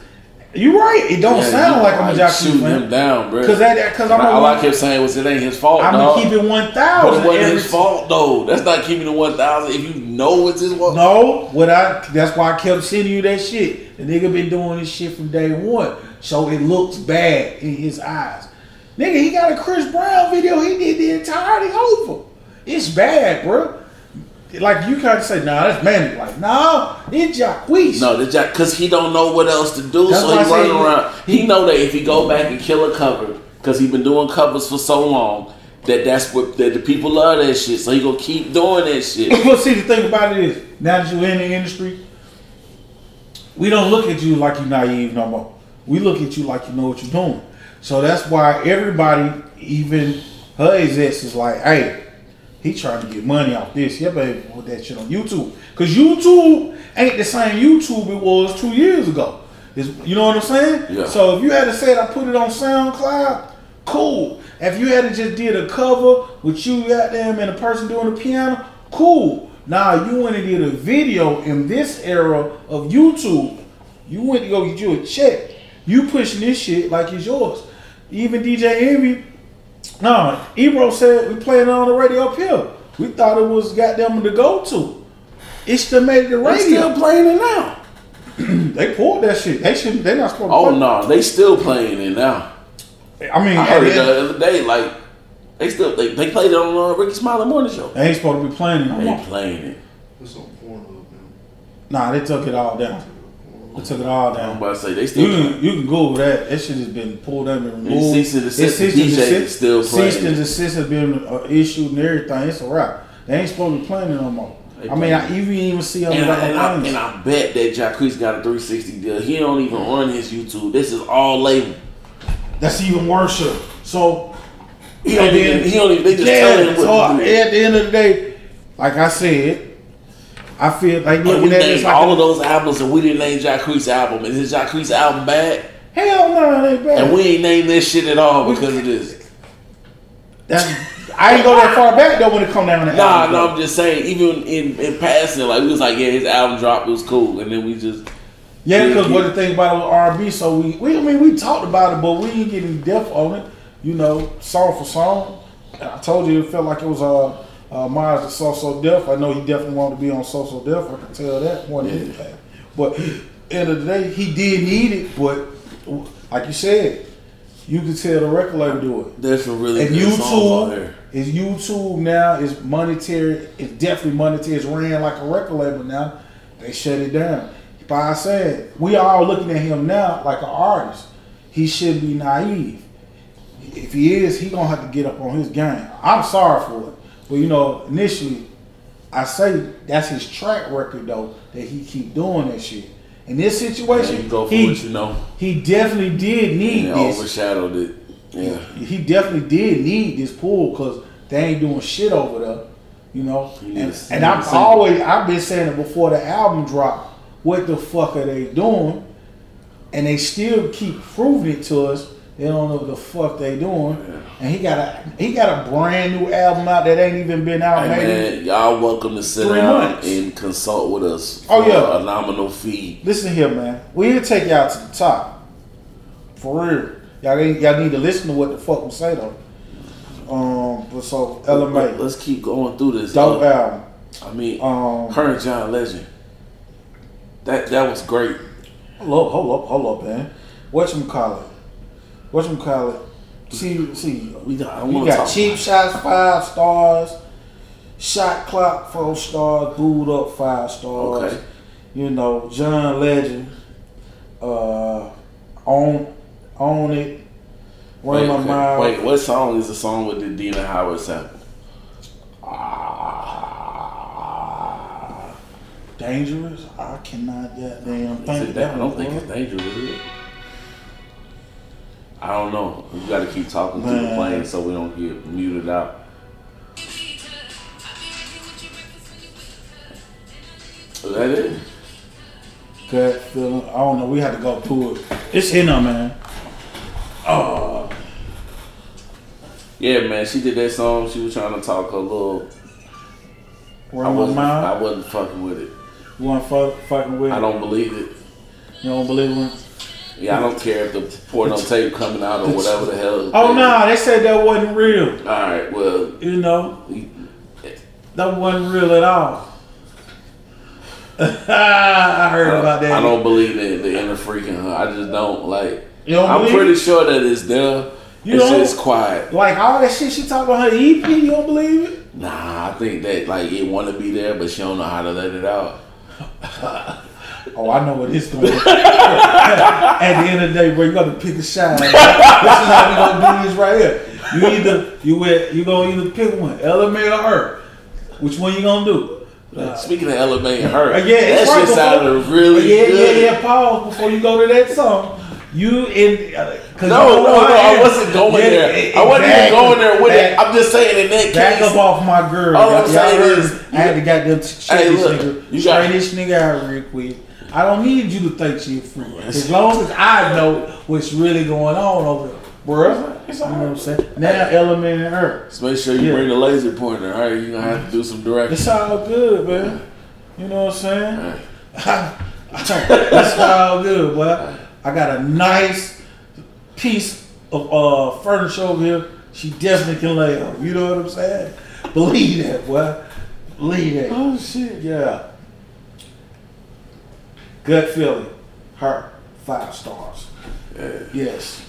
Speaker 3: you right, it don't
Speaker 4: Yeah,
Speaker 3: sound
Speaker 4: you
Speaker 3: like I'm a Jacquees
Speaker 4: shooting him
Speaker 3: fan.
Speaker 4: down, bro.
Speaker 3: 'Cause that- that- 'cause I'm
Speaker 4: And
Speaker 3: a
Speaker 4: all I
Speaker 3: one-
Speaker 4: kept saying was it ain't his fault.
Speaker 3: I'm
Speaker 4: dog.
Speaker 3: gonna keep it one
Speaker 4: But it
Speaker 3: thousand.
Speaker 4: wasn't his fault though. That's not keeping it one thousand. If you know it's his fault,
Speaker 3: No, what I that's why I kept sending you that shit. The nigga been doing this shit from day one, so it looks bad in his eyes. Nigga, he got a Chris Brown video. He did the entirety over. It's bad, bro. Like you kind of say, nah, that's manic. Like, nah, it's Jacquees.
Speaker 4: no, the Jack because he don't know what else to do,
Speaker 3: That's
Speaker 4: so
Speaker 3: why I
Speaker 4: he
Speaker 3: said
Speaker 4: running
Speaker 3: he-
Speaker 4: around. He know that if he go back and kill a cover, because he been doing covers for so long, that that's what that the people love that shit. So he gonna keep doing that shit.
Speaker 3: well, see, the thing about it is, now that you're in the industry, we don't look at you like you're naive no more. We look at you like you know what you're doing. So that's why everybody, even her exes, is like, hey, he trying to get money off this. Yeah, baby, put that shit on YouTube. Because YouTube ain't the same YouTube it was two years ago. It's, you know what I'm saying?
Speaker 4: Yeah.
Speaker 3: So if you had to say I put it on SoundCloud, cool. If you had to just did a cover with you out there and a person doing the piano, cool. Now you went and did a video in this era of YouTube. You went to go get you a check. You pushing this shit like it's yours. Even DJ Envy no, Ebro said we playing it on the radio up here. We thought it was goddamn the go to. It still made the
Speaker 4: They still
Speaker 3: radio.
Speaker 4: playing it now.
Speaker 3: They pulled that shit. They shouldn't. They not supposed to.
Speaker 4: Oh
Speaker 3: play.
Speaker 4: no, they still playing it now.
Speaker 3: I mean,
Speaker 4: I heard it
Speaker 3: they,
Speaker 4: the other day. Like they still they, they played it on uh, Ricky Smiley Morning Show.
Speaker 3: they ain't supposed to be playing. it No
Speaker 4: They
Speaker 3: more.
Speaker 4: playing it.
Speaker 6: It's on Pornhub now.
Speaker 3: Nah, they took it all down. I took it all
Speaker 4: I'm
Speaker 3: down.
Speaker 4: about to say they still.
Speaker 3: You can, you can Google that. That shit has been pulled up and removed.
Speaker 4: cease and desist,
Speaker 3: It's
Speaker 4: the
Speaker 3: cease and
Speaker 4: DJ
Speaker 3: desist.
Speaker 4: is still
Speaker 3: Cease
Speaker 4: playing.
Speaker 3: and desist has been uh, issued and everything. It's a wrap. They ain't supposed to be playing it no more.
Speaker 4: They
Speaker 3: I mean, I, you didn't even see them
Speaker 4: And I,
Speaker 3: like
Speaker 4: and, I, and I bet that Jacquees got a 360 deal. He don't even run his YouTube. This is all label.
Speaker 3: That's even worse. shit. So
Speaker 4: He don't even. He don't even. They just
Speaker 3: yeah,
Speaker 4: telling him
Speaker 3: so
Speaker 4: what to do.
Speaker 3: at the end of the day, like I said, I feel like
Speaker 4: And
Speaker 3: looking
Speaker 4: we
Speaker 3: at this
Speaker 4: named
Speaker 3: like
Speaker 4: all of those albums, and we didn't name Jacquees' album. And his Jacquees album bad,
Speaker 3: hell no, it ain't bad.
Speaker 4: and we ain't named this shit at all because of this.
Speaker 3: That's- I ain't go that far back though when it come down to
Speaker 4: Nah,
Speaker 3: album.
Speaker 4: no, I'm just saying. Even in, in passing, like we was like, yeah, his album dropped, it was cool, and then we just
Speaker 3: Yeah, because what the thing about it with R and B, so we, we I mean we talked about it, but we ain't getting depth on it. You know, song for song. And I told you it felt like it was uh, uh Myers to So So Deaf. I know he definitely wanted to be on So So Deaf. I can tell that more than anything. But end of the day, he did need it. But like you said, you could tell the record label do it.
Speaker 4: there's some really
Speaker 3: And
Speaker 4: good songs out
Speaker 3: YouTube
Speaker 4: there.
Speaker 3: is YouTube now is monetary. It's definitely monetary. It's ran like a record label now. They shut it down. But I said we all looking at him now like an artist. He should be naive. If he is, he gonna have to get up on his game. I'm sorry for it, but you know initially, I say that's his track record though that he keep doing that shit. In this situation,
Speaker 4: Yeah, you go for
Speaker 3: he,
Speaker 4: what you know.
Speaker 3: he definitely did need
Speaker 4: And it
Speaker 3: this
Speaker 4: overshadowed it. Yeah.
Speaker 3: he definitely did need this pool because they ain't doing shit over there, you know.
Speaker 4: He
Speaker 3: And,
Speaker 4: is-
Speaker 3: and
Speaker 4: he
Speaker 3: I've
Speaker 4: is.
Speaker 3: always I've been saying it before the album dropped. What the fuck are they doing? And they still keep proving it to us. They don't know what the fuck they doing. And he got a he got a brand new album out that ain't even been out.
Speaker 4: Hey
Speaker 3: maybe
Speaker 4: man, y'all welcome to sit
Speaker 3: Three
Speaker 4: down
Speaker 3: months.
Speaker 4: and consult with us.
Speaker 3: Oh,
Speaker 4: for
Speaker 3: yeah.
Speaker 4: a nominal fee.
Speaker 3: Listen here, man. We here to take y'all to the top. For real. Y'all ain't, y'all need to listen to what the fuck we say though. Um, but so LMA,
Speaker 4: Let's keep going through this.
Speaker 3: dope
Speaker 4: though.
Speaker 3: album.
Speaker 4: I mean,
Speaker 3: Um,
Speaker 4: her and John Legend. That that was great.
Speaker 3: Hold up, hold up, hold up, man. Whatchamacallit? Whatchamacallit? See, see,
Speaker 4: We got, I
Speaker 3: you
Speaker 4: want to
Speaker 3: got
Speaker 4: talk.
Speaker 3: cheap shots, five stars. Shot clock, four stars. Booed up, five stars.
Speaker 4: Okay.
Speaker 3: You know, John Legend. Uh, on, on it. Run
Speaker 4: Wait,
Speaker 3: my
Speaker 4: okay.
Speaker 3: mind.
Speaker 4: Wait, what song is the song with the Dina Howard sample?
Speaker 3: Ah, dangerous. I cannot goddamn
Speaker 4: Is
Speaker 3: think
Speaker 4: it that?
Speaker 3: of that.
Speaker 4: I don't
Speaker 3: one,
Speaker 4: think it's
Speaker 3: boy.
Speaker 4: dangerous. Is it? I don't know. We got to keep talking to the
Speaker 3: Man.
Speaker 4: plane so we don't get muted out. Is that it?
Speaker 3: gut feeling. I don't know. We had to go through it. It's in there, man.
Speaker 4: Yeah, man. She did that song. She was trying to talk a little. I
Speaker 3: Run my
Speaker 4: wasn't. I
Speaker 3: mind.
Speaker 4: wasn't fucking with it.
Speaker 3: You want fuck, fucking with?
Speaker 4: I
Speaker 3: it?
Speaker 4: don't believe it.
Speaker 3: You don't believe it?
Speaker 4: Yeah, I don't care if the porno tape coming out or whatever the hell.
Speaker 3: Oh no, nah, they said that wasn't real.
Speaker 4: All right. Well,
Speaker 3: You know,
Speaker 4: we-
Speaker 3: that wasn't real at all. I heard about that.
Speaker 4: Uh, I don't believe in the inner freaking her. I just don't like.
Speaker 3: You don't
Speaker 4: I'm
Speaker 3: believe
Speaker 4: pretty sure that it's there.
Speaker 3: You
Speaker 4: it's
Speaker 3: don't?
Speaker 4: just quiet.
Speaker 3: like all that shit she talked about her EP. You don't believe it?
Speaker 4: Nah, I think that like it want to be there, but she don't know how to let it out.
Speaker 3: Oh, I know what it's going to be. At the end of the day, bro, you got to pick a side. this is how we going to do this right here. You either you went, you going to either pick one, LMA or her. Which one you going to do?
Speaker 4: Speaking of elevating her,
Speaker 3: Uh,
Speaker 4: that
Speaker 3: yeah, it's right
Speaker 4: shit
Speaker 3: before-
Speaker 4: sounded really
Speaker 3: Oh, yeah,
Speaker 4: good.
Speaker 3: yeah, yeah. Pause before you go to that song. You in? Uh, 'cause
Speaker 4: No,
Speaker 3: you
Speaker 4: no,
Speaker 3: know who
Speaker 4: no, I
Speaker 3: am.
Speaker 4: wasn't going
Speaker 3: Yeah,
Speaker 4: there.
Speaker 3: e-
Speaker 4: I wasn't even
Speaker 3: exactly.
Speaker 4: going there with it.
Speaker 3: back,
Speaker 4: I'm just saying in that
Speaker 3: Back
Speaker 4: case,
Speaker 3: up off my girl.
Speaker 4: All I'm
Speaker 3: Y'all- y'all
Speaker 4: saying
Speaker 3: heard
Speaker 4: is-
Speaker 3: me. I had to goddamn t- straight
Speaker 4: Hey,
Speaker 3: this
Speaker 4: look,
Speaker 3: nigga.
Speaker 4: you
Speaker 3: straight
Speaker 4: got-
Speaker 3: this nigga out real quick. I don't need you to think you free. As long as I know what's really going on over there, bruh. You know what I'm saying? Now, element and her.
Speaker 4: just make sure you
Speaker 3: Yeah.
Speaker 4: bring the laser pointer. All right, you gonna have to do some direction.
Speaker 3: It's all good, man. You know what I'm saying?
Speaker 4: All right.
Speaker 3: That's all good, boy. I got a nice piece of uh, furniture over here. She definitely can lay on. You know what I'm saying? Believe that, boy. Believe that. Oh shit. Yeah. Gut feeling. Her five stars. Yes.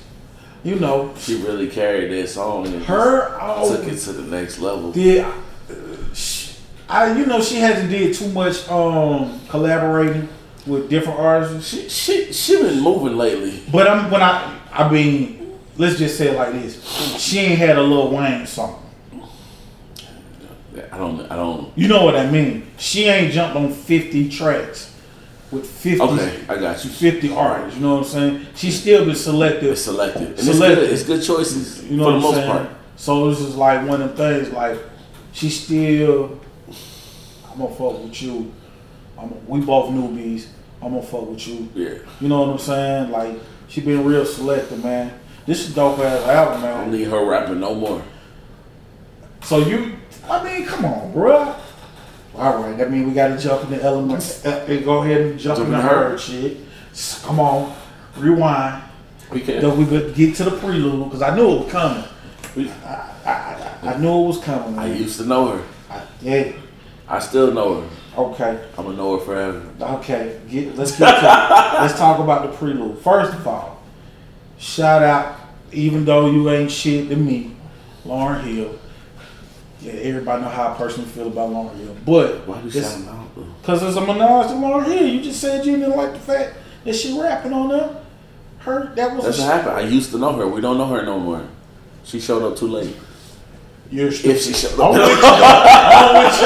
Speaker 3: You know
Speaker 4: She really carried that song. And
Speaker 3: her.
Speaker 4: just
Speaker 3: always
Speaker 4: took it to the next level.
Speaker 3: did uh, sh I you know she hasn't did too much um collaborating with different artists and shit.
Speaker 4: She she been moving lately.
Speaker 3: But I'm when I I mean, let's just say it like this: she ain't had a Lil Wayne song.
Speaker 4: I don't I don't.
Speaker 3: You know what I mean? She ain't jumped on fifty tracks with fifty.
Speaker 4: Okay, I got you.
Speaker 3: 50 artists, you know what I'm saying? She still been selective.
Speaker 4: It's selective. And
Speaker 3: Selective.
Speaker 4: It's, good. it's good choices
Speaker 3: You know
Speaker 4: for the
Speaker 3: what
Speaker 4: most
Speaker 3: I'm saying?
Speaker 4: part.
Speaker 3: So this is like one of them things. Like she still, I'm gonna fuck with you. I'm we both newbies. I'm gonna fuck with you.
Speaker 4: Yeah.
Speaker 3: You know what I'm saying? Like she been real selective, man. This is dope ass album,
Speaker 4: I
Speaker 3: man.
Speaker 4: don't need her rapping no more.
Speaker 3: So you, I mean, come on, bruh. All right, that means we gotta jump in the elements. Uh, Go ahead and jump, in the
Speaker 4: her.
Speaker 3: herd shit. S- Come on, rewind.
Speaker 4: We can.
Speaker 3: Then we could get to the prelude because I knew it was coming.
Speaker 4: We-
Speaker 3: I knew it was coming.
Speaker 4: I
Speaker 3: Man.
Speaker 4: used to know her.
Speaker 3: I, yeah.
Speaker 4: I still know her.
Speaker 3: Okay.
Speaker 4: I'm gonna know her forever.
Speaker 3: Okay. Get, let's get to it. Let's talk about the prelude. First of all, shout out, even though you ain't shit to me, Lauren Hill. Yeah, everybody know how I personally feel about Lauren Hill. But
Speaker 4: Why you
Speaker 3: it's-
Speaker 4: shouting out, bro?
Speaker 3: Cause it's a menage to Lauren Hill. You just said you didn't like the fact that she rapping on there. Her that was
Speaker 4: That's
Speaker 3: a
Speaker 4: what happened. I used to know her. We don't know her no more. She showed up too late.
Speaker 3: You're
Speaker 4: If
Speaker 3: stupid.
Speaker 4: she showed
Speaker 3: I'm
Speaker 4: up,
Speaker 3: with y'all. I'm with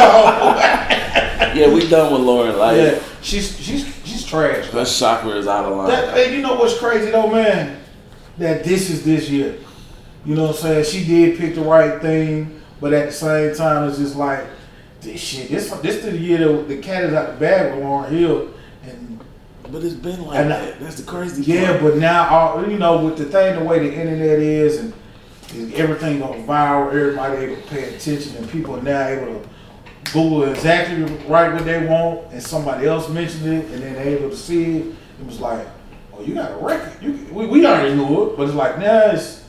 Speaker 3: y'all.
Speaker 4: yeah, we done with Lauren. Like
Speaker 3: Yeah, she's she's she's trash.
Speaker 4: her chakra is out of line.
Speaker 3: That, hey, you know what's crazy though, man? That this is this year. You know what I'm saying? She did pick the right thing, but at the same time, it's just like this shit. This this the year that the cat is out the bag with Lauren Hill, and
Speaker 4: but it's been like
Speaker 3: And I-
Speaker 4: that. That's the crazy.
Speaker 3: yeah,
Speaker 4: part.
Speaker 3: but now all you know with the thing, the way the internet is, and, and everything going viral, everybody able to pay attention, and people are now able to Google exactly right what they want, and somebody else mentioned it, and then they able to see it. It was like, oh, you got a record. You, we, we already knew it, but it's like now it's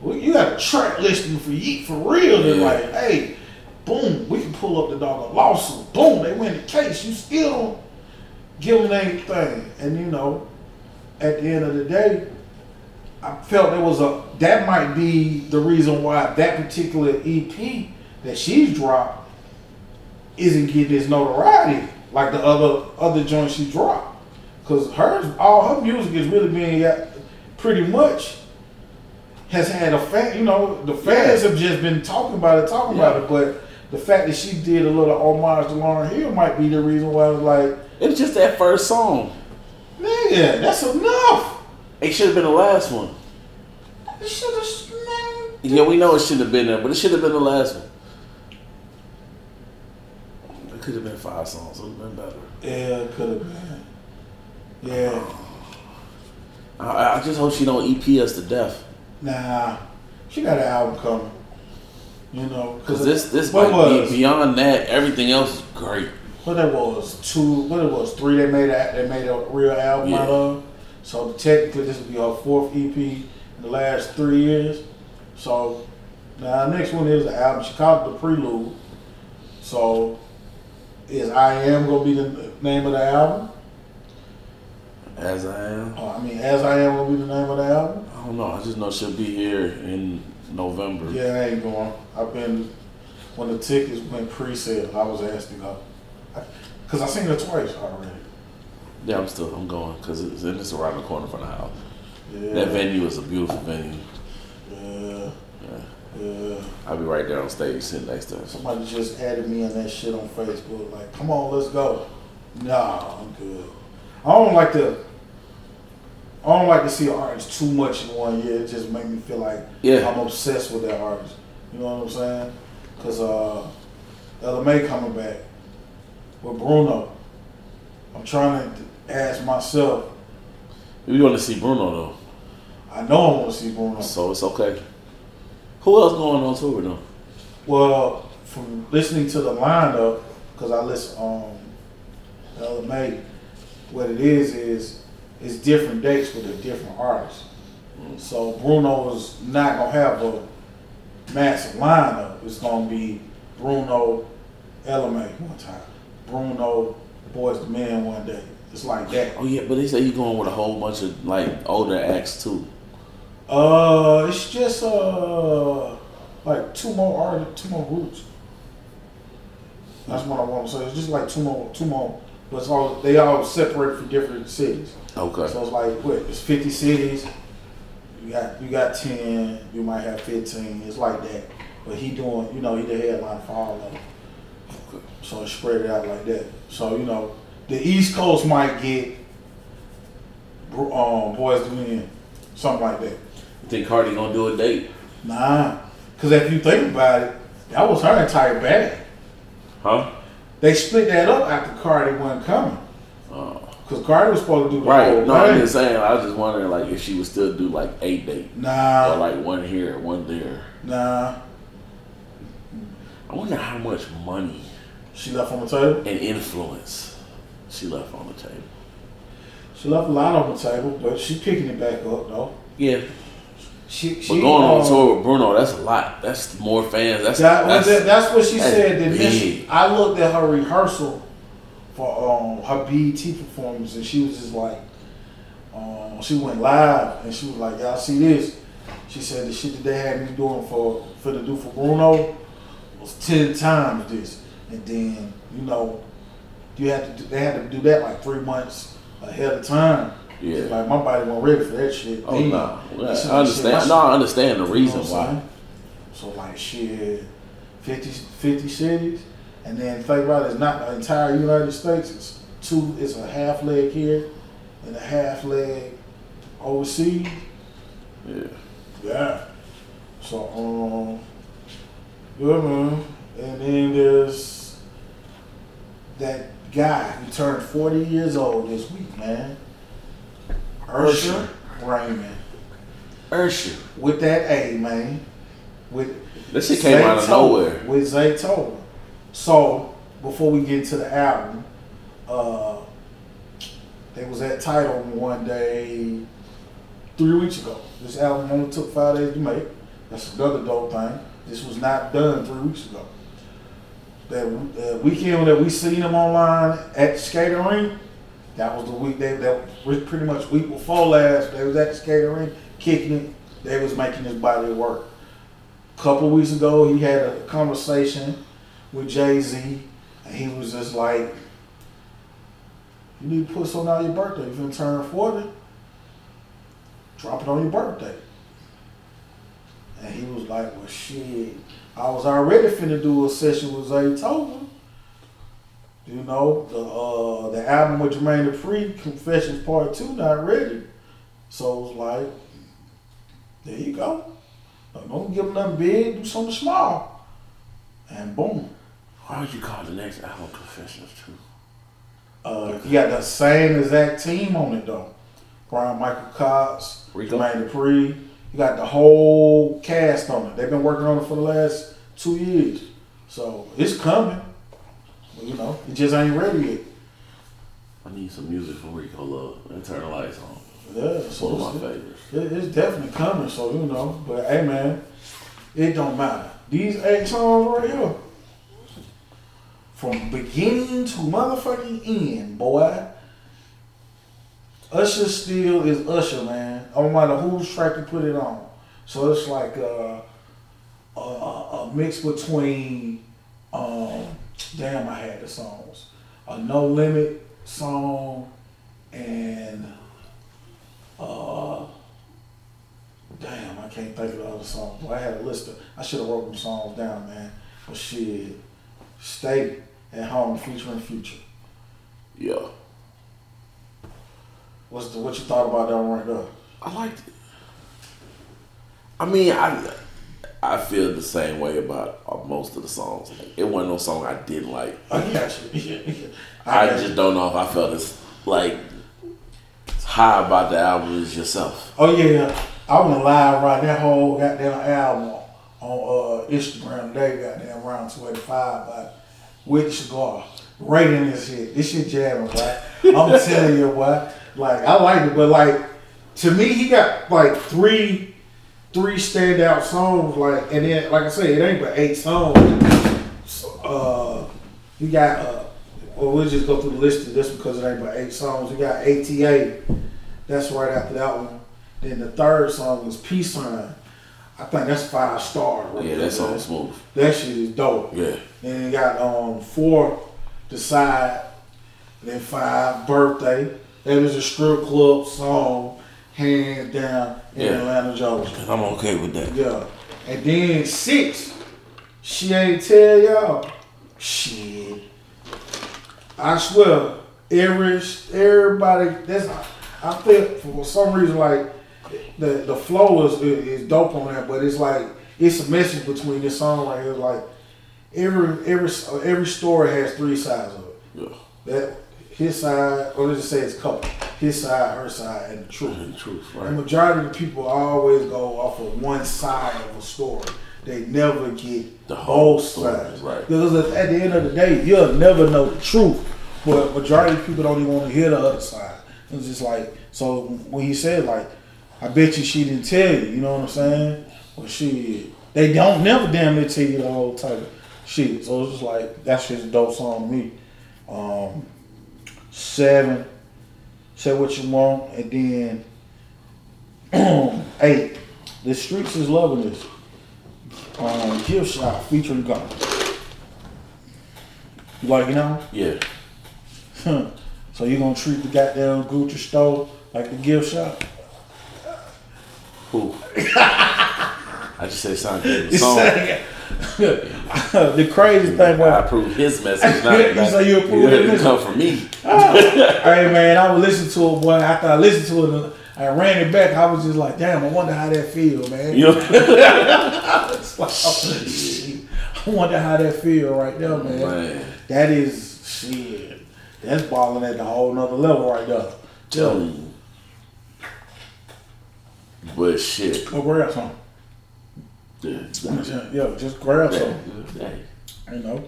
Speaker 3: well, you got a track listing for ye for real. They're
Speaker 4: Yeah.
Speaker 3: like, hey, boom, we can pull up the dog a lawsuit. Boom, they win the case. You still don't give them anything, and you know at the end of the day, I felt there was a that might be the reason why that particular EP that she's dropped isn't getting this notoriety like the other other joints she dropped. Cause hers, all her music is really being uh, pretty much has had a fan. You know, the fans have just been talking about it, talking about it. But the fact that she did a little homage to Lauren Hill might be the reason why I was like,
Speaker 4: it was just that first song.
Speaker 3: nigga, that's enough.
Speaker 4: It should have been the last one.
Speaker 3: It should have
Speaker 4: Yeah, we know it should have been there, but it should have been the last one. It could have been five songs. It would have been better.
Speaker 3: Yeah, it could have been. Yeah.
Speaker 4: I, I just hope she don't EP us to death.
Speaker 3: Nah. She got an album coming. You know,
Speaker 4: Cause this this
Speaker 3: what
Speaker 4: might
Speaker 3: was
Speaker 4: be beyond that. Everything else is great.
Speaker 3: what it was two what it was three they made a, they made a real album
Speaker 4: Yeah.
Speaker 3: out of. So technically this will be her fourth EP in the last three years. So now next one is the album. She called it the prelude. So is I Am gonna be the name of the album?
Speaker 4: As I am.
Speaker 3: Uh, I mean, As I Am gonna be the name of the album.
Speaker 4: I don't know. I just know she'll be here in November.
Speaker 3: Yeah, I ain't going. I've been when the tickets went pre-sale. I was asked to go because I seen her twice already.
Speaker 4: Yeah, I'm still I'm going because it's, and it's around the corner from the house.
Speaker 3: Yeah,
Speaker 4: That venue is a beautiful venue.
Speaker 3: yeah, yeah.
Speaker 4: I'll be right there on stage sitting next to us.
Speaker 3: Somebody just added me on that shit on Facebook. Like, come on, let's go. Nah, I'm good. I don't like to. I don't like to see an artist too much in one year. It just make me feel like
Speaker 4: Yeah.
Speaker 3: I'm obsessed with that artist. You know what I'm saying? Cause uh, LMA coming back with Bruno. I'm trying to ask myself.
Speaker 4: We want to see Bruno
Speaker 3: I know I want to see Bruno.
Speaker 4: though, so it's okay. Who else going on tour though?
Speaker 3: Well, from listening to the lineup, because I listen um LMA, what it is is it's different dates with a different artist. So Bruno is not gonna have a massive lineup. It's gonna be Bruno, LMA one time, Bruno, Boys the Man one day. It's like that.
Speaker 4: Oh yeah, but they say you going with a whole bunch of like older acts too.
Speaker 3: Uh, it's just uh like two more artists, two more groups. That's what I want to say. It's just like two more, two more
Speaker 2: But it's all, they all separated from different cities. So
Speaker 4: Okay.
Speaker 2: it's like what? It's fifty cities. You got you got ten. You might have fifteen. It's like that. But he doing you know he the headline for all of them. So it's spread it out like that. So you know the East Coast might get bro- um, boys to men, something like that.
Speaker 4: You think Cardi gonna do a date?
Speaker 2: Nah, because if you think about it, that was her entire bag.
Speaker 4: Huh?
Speaker 2: They split that up after Cardi wasn't coming. Because Cardi was supposed to do
Speaker 4: Oh.
Speaker 2: the
Speaker 4: Right.
Speaker 2: whole
Speaker 4: No, I'm
Speaker 2: thing.
Speaker 4: just saying. I was just wondering, like, if she would still do like a date,
Speaker 2: Nah,
Speaker 4: or like one here, one there.
Speaker 2: nah.
Speaker 4: I wonder how much money
Speaker 2: She left on the table.
Speaker 4: and influence she left on the table.
Speaker 2: She left a lot on the table, but she picking it back up though.
Speaker 4: Yeah,
Speaker 2: She,
Speaker 4: but
Speaker 2: she
Speaker 4: going on
Speaker 2: uh,
Speaker 4: tour with Bruno, that's a lot. That's more fans. That's
Speaker 2: That,
Speaker 4: that's,
Speaker 2: that's, that, that's what she
Speaker 4: that's
Speaker 2: said. That this,
Speaker 4: big.
Speaker 2: I looked at her rehearsal for um, her BET performance, and she was just like, um, she went live, and she was like, "Y'all see this?" She said the shit that they had me doing for for the do for Bruno was ten times this, and then you know you had to do, they had to do that like three months ahead of time.
Speaker 4: Yeah.
Speaker 2: like my body wasn't ready for that shit.
Speaker 4: Oh
Speaker 2: Then-
Speaker 4: no,
Speaker 2: She said,
Speaker 4: I
Speaker 2: "Shit, my
Speaker 4: understand. No, I understand the
Speaker 2: you know
Speaker 4: reason
Speaker 2: what I'm
Speaker 4: why.
Speaker 2: saying? So like shit, 50, 50 cities, and then think about it, it's not the entire United States. It's two. It's a half leg here, and a half leg overseas.
Speaker 4: Yeah.
Speaker 2: Yeah. So um, yeah, man. And then there's that guy who turned forty years old this week, man. Ursher Raymond.
Speaker 4: Ursher,
Speaker 2: With that A, man. With
Speaker 4: that shit came out of
Speaker 2: Zaytoven-
Speaker 4: nowhere.
Speaker 2: With Zaytoven. So before we get into the album, uh, they was at title one day three weeks ago. This album only took five days to make. That's another dope thing. This was not done three weeks ago. That, that weekend that we seen them online at the skating rink, that was the week they that was pretty much week before last. They was at the skating rink kicking it. They was making his body work couple weeks ago, he had a conversation with Jay Z, and he was just like, "You need to put something on your birthday. If you turn forty, drop it on your birthday." And he was like, "Well, shit, I was already finna do a session with Zaytoven. You know, the uh, the album with Jermaine Dupri, Confessions Part Two, not ready. So it was like, there you go." Like, don't give them nothing big, do something small. And boom.
Speaker 4: Why would you call the next album Confessions too?
Speaker 2: Uh, you got the same exact team on it though. Brian Michael Cox,
Speaker 4: Rico.
Speaker 2: Jermaine Dupri. You got the whole cast on it. They've been working on it for the last two years. So it's coming. But, you know, it just ain't ready yet.
Speaker 4: I need some music from Rico Love and Turn the Lights On.
Speaker 2: Yeah,
Speaker 4: It's
Speaker 2: so
Speaker 4: one of my
Speaker 2: it's-
Speaker 4: favorites.
Speaker 2: It, it's definitely coming, so you know. But hey, man, it don't matter. These eight songs right here, from beginning to motherfucking end, boy. Usher still is Usher, man. No matter whose track you put it on, so it's like a, a, a mix between. Um, damn, I had the songs. A No Limit song and uh, damn, I can't think of the other songs. Well, I had a list of, I should have wrote them songs down, man. But shit, stay at home featuring Future.
Speaker 4: Yeah,
Speaker 2: What's the, what you thought about that one right there?
Speaker 4: I liked it. I mean, I I feel the same way about uh, most of the songs. Like, it wasn't no song I didn't like.
Speaker 2: I got you.
Speaker 4: I
Speaker 2: got
Speaker 4: just
Speaker 2: you.
Speaker 4: don't know if I felt as like as high about the album as yourself.
Speaker 2: Oh yeah, I went live right that whole goddamn album on uh, Instagram today. Goddamn round two eighty five by Whitney Cigar. Rating this shit. This shit jamming, right? I'm telling you what. Like I like it, but like to me, he got like three three standout songs. Like and then, like I said, it ain't but eight songs. So, uh, you got. Uh, well, we'll just go through the list of this because it ain't but eight songs. We got ATA. That's right after that one. Then the third song was Peace Sign. I think that's five star. Right
Speaker 4: Yeah,
Speaker 2: there.
Speaker 4: that song smooth.
Speaker 2: That shit is dope.
Speaker 4: Yeah.
Speaker 2: Then you got um four, the side, Then five birthday. That is a strip club song, hands down in
Speaker 4: Yeah.
Speaker 2: Atlanta, Georgia.
Speaker 4: I'm okay with that.
Speaker 2: Yeah. And then six, she ain't tell y'all. Shit. I swear, every everybody that's I feel for some reason like the the flow is is dope on that, but it's like it's a message between this song right here. Like every every every story has three sides of it.
Speaker 4: Yeah.
Speaker 2: That his side, or let's just say it's a couple. His side, her side, and the truth.
Speaker 4: The truth,
Speaker 2: The
Speaker 4: right?
Speaker 2: majority of the people always go off of one side of a story. They never get
Speaker 4: The
Speaker 2: the
Speaker 4: whole
Speaker 2: whole
Speaker 4: story,
Speaker 2: sides.
Speaker 4: right.
Speaker 2: Because at at the end of the day, you'll never know the truth. But majority of people don't even want to hear the other side. It's just like so when he said like, I bet you she didn't tell you. You know what I'm saying? Well, she they don't never damn near tell you the whole type of shit. So it's just like that's just a dope song to me. Um, seven, say what you want, and then eight. The streets is loving this. Um, Kill Shot featuring God. You like it now?
Speaker 4: Yeah.
Speaker 2: so you gonna treat the goddamn Gucci store like the gift shop?
Speaker 4: Who? I just said something. The song.
Speaker 2: the crazy thing
Speaker 4: I
Speaker 2: about
Speaker 4: approve his message.
Speaker 2: You
Speaker 4: Not,
Speaker 2: say you approve
Speaker 4: it didn't
Speaker 2: his
Speaker 4: come from me.
Speaker 2: hey man, I would listen to it, boy. After I listened to it, and I ran it back. I was just like, damn, I wonder how that feel, man.
Speaker 4: You know?
Speaker 2: I wonder how that feel right there, man.
Speaker 4: Man.
Speaker 2: That is shit. That's balling at the whole nother level right there.
Speaker 4: Tell me. But shit.
Speaker 2: Go grab some.
Speaker 4: Yeah.
Speaker 2: Yeah, just grab some.
Speaker 4: Hey.
Speaker 2: You know.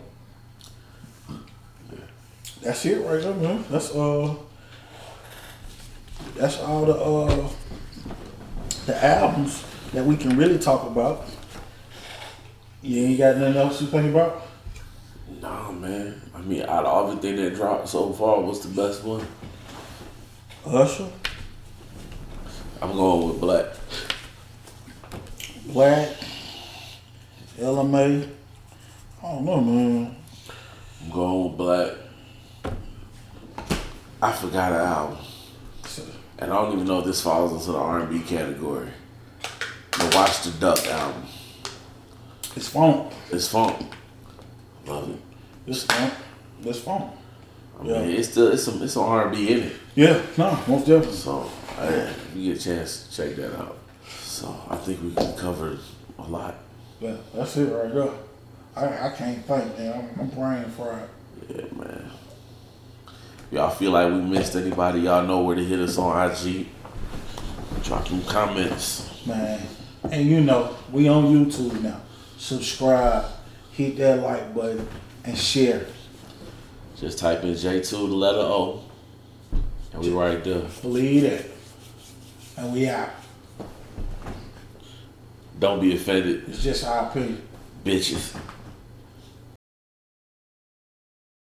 Speaker 2: That's it right there, man. That's uh that's all the uh the albums that we can really talk about. You ain't got nothing else to think about?
Speaker 4: Nah, man. I mean, out of everything that dropped so far, what's the best one?
Speaker 2: Usher,
Speaker 4: I'm going with Black.
Speaker 2: Black, LMA. I don't know, man.
Speaker 4: I'm going with Black. I forgot an album, and I don't even know if this falls into the R&B category. The Watch the Duck album.
Speaker 2: It's funk.
Speaker 4: It's funk. Love it.
Speaker 2: It's funk. It's funk.
Speaker 4: I
Speaker 2: Yeah.
Speaker 4: mean, it's still it's some it's some R&B in it.
Speaker 2: Yeah, no, most definitely.
Speaker 4: So I, you get a chance to check that out. So I think we can cover a lot.
Speaker 2: Yeah, that's it right there. I, I can't think, man. I'm, I'm brain fried.
Speaker 4: Yeah, man. Y'all feel like we missed anybody? Y'all know where to hit us on IG. Drop them comments.
Speaker 2: man. And you know, we on YouTube now. Subscribe, hit that like button, and share.
Speaker 4: Just type in J2 the letter O. And we right there.
Speaker 2: Believe that. And we out.
Speaker 4: Don't be offended,
Speaker 2: It's just our opinion.
Speaker 4: bitches.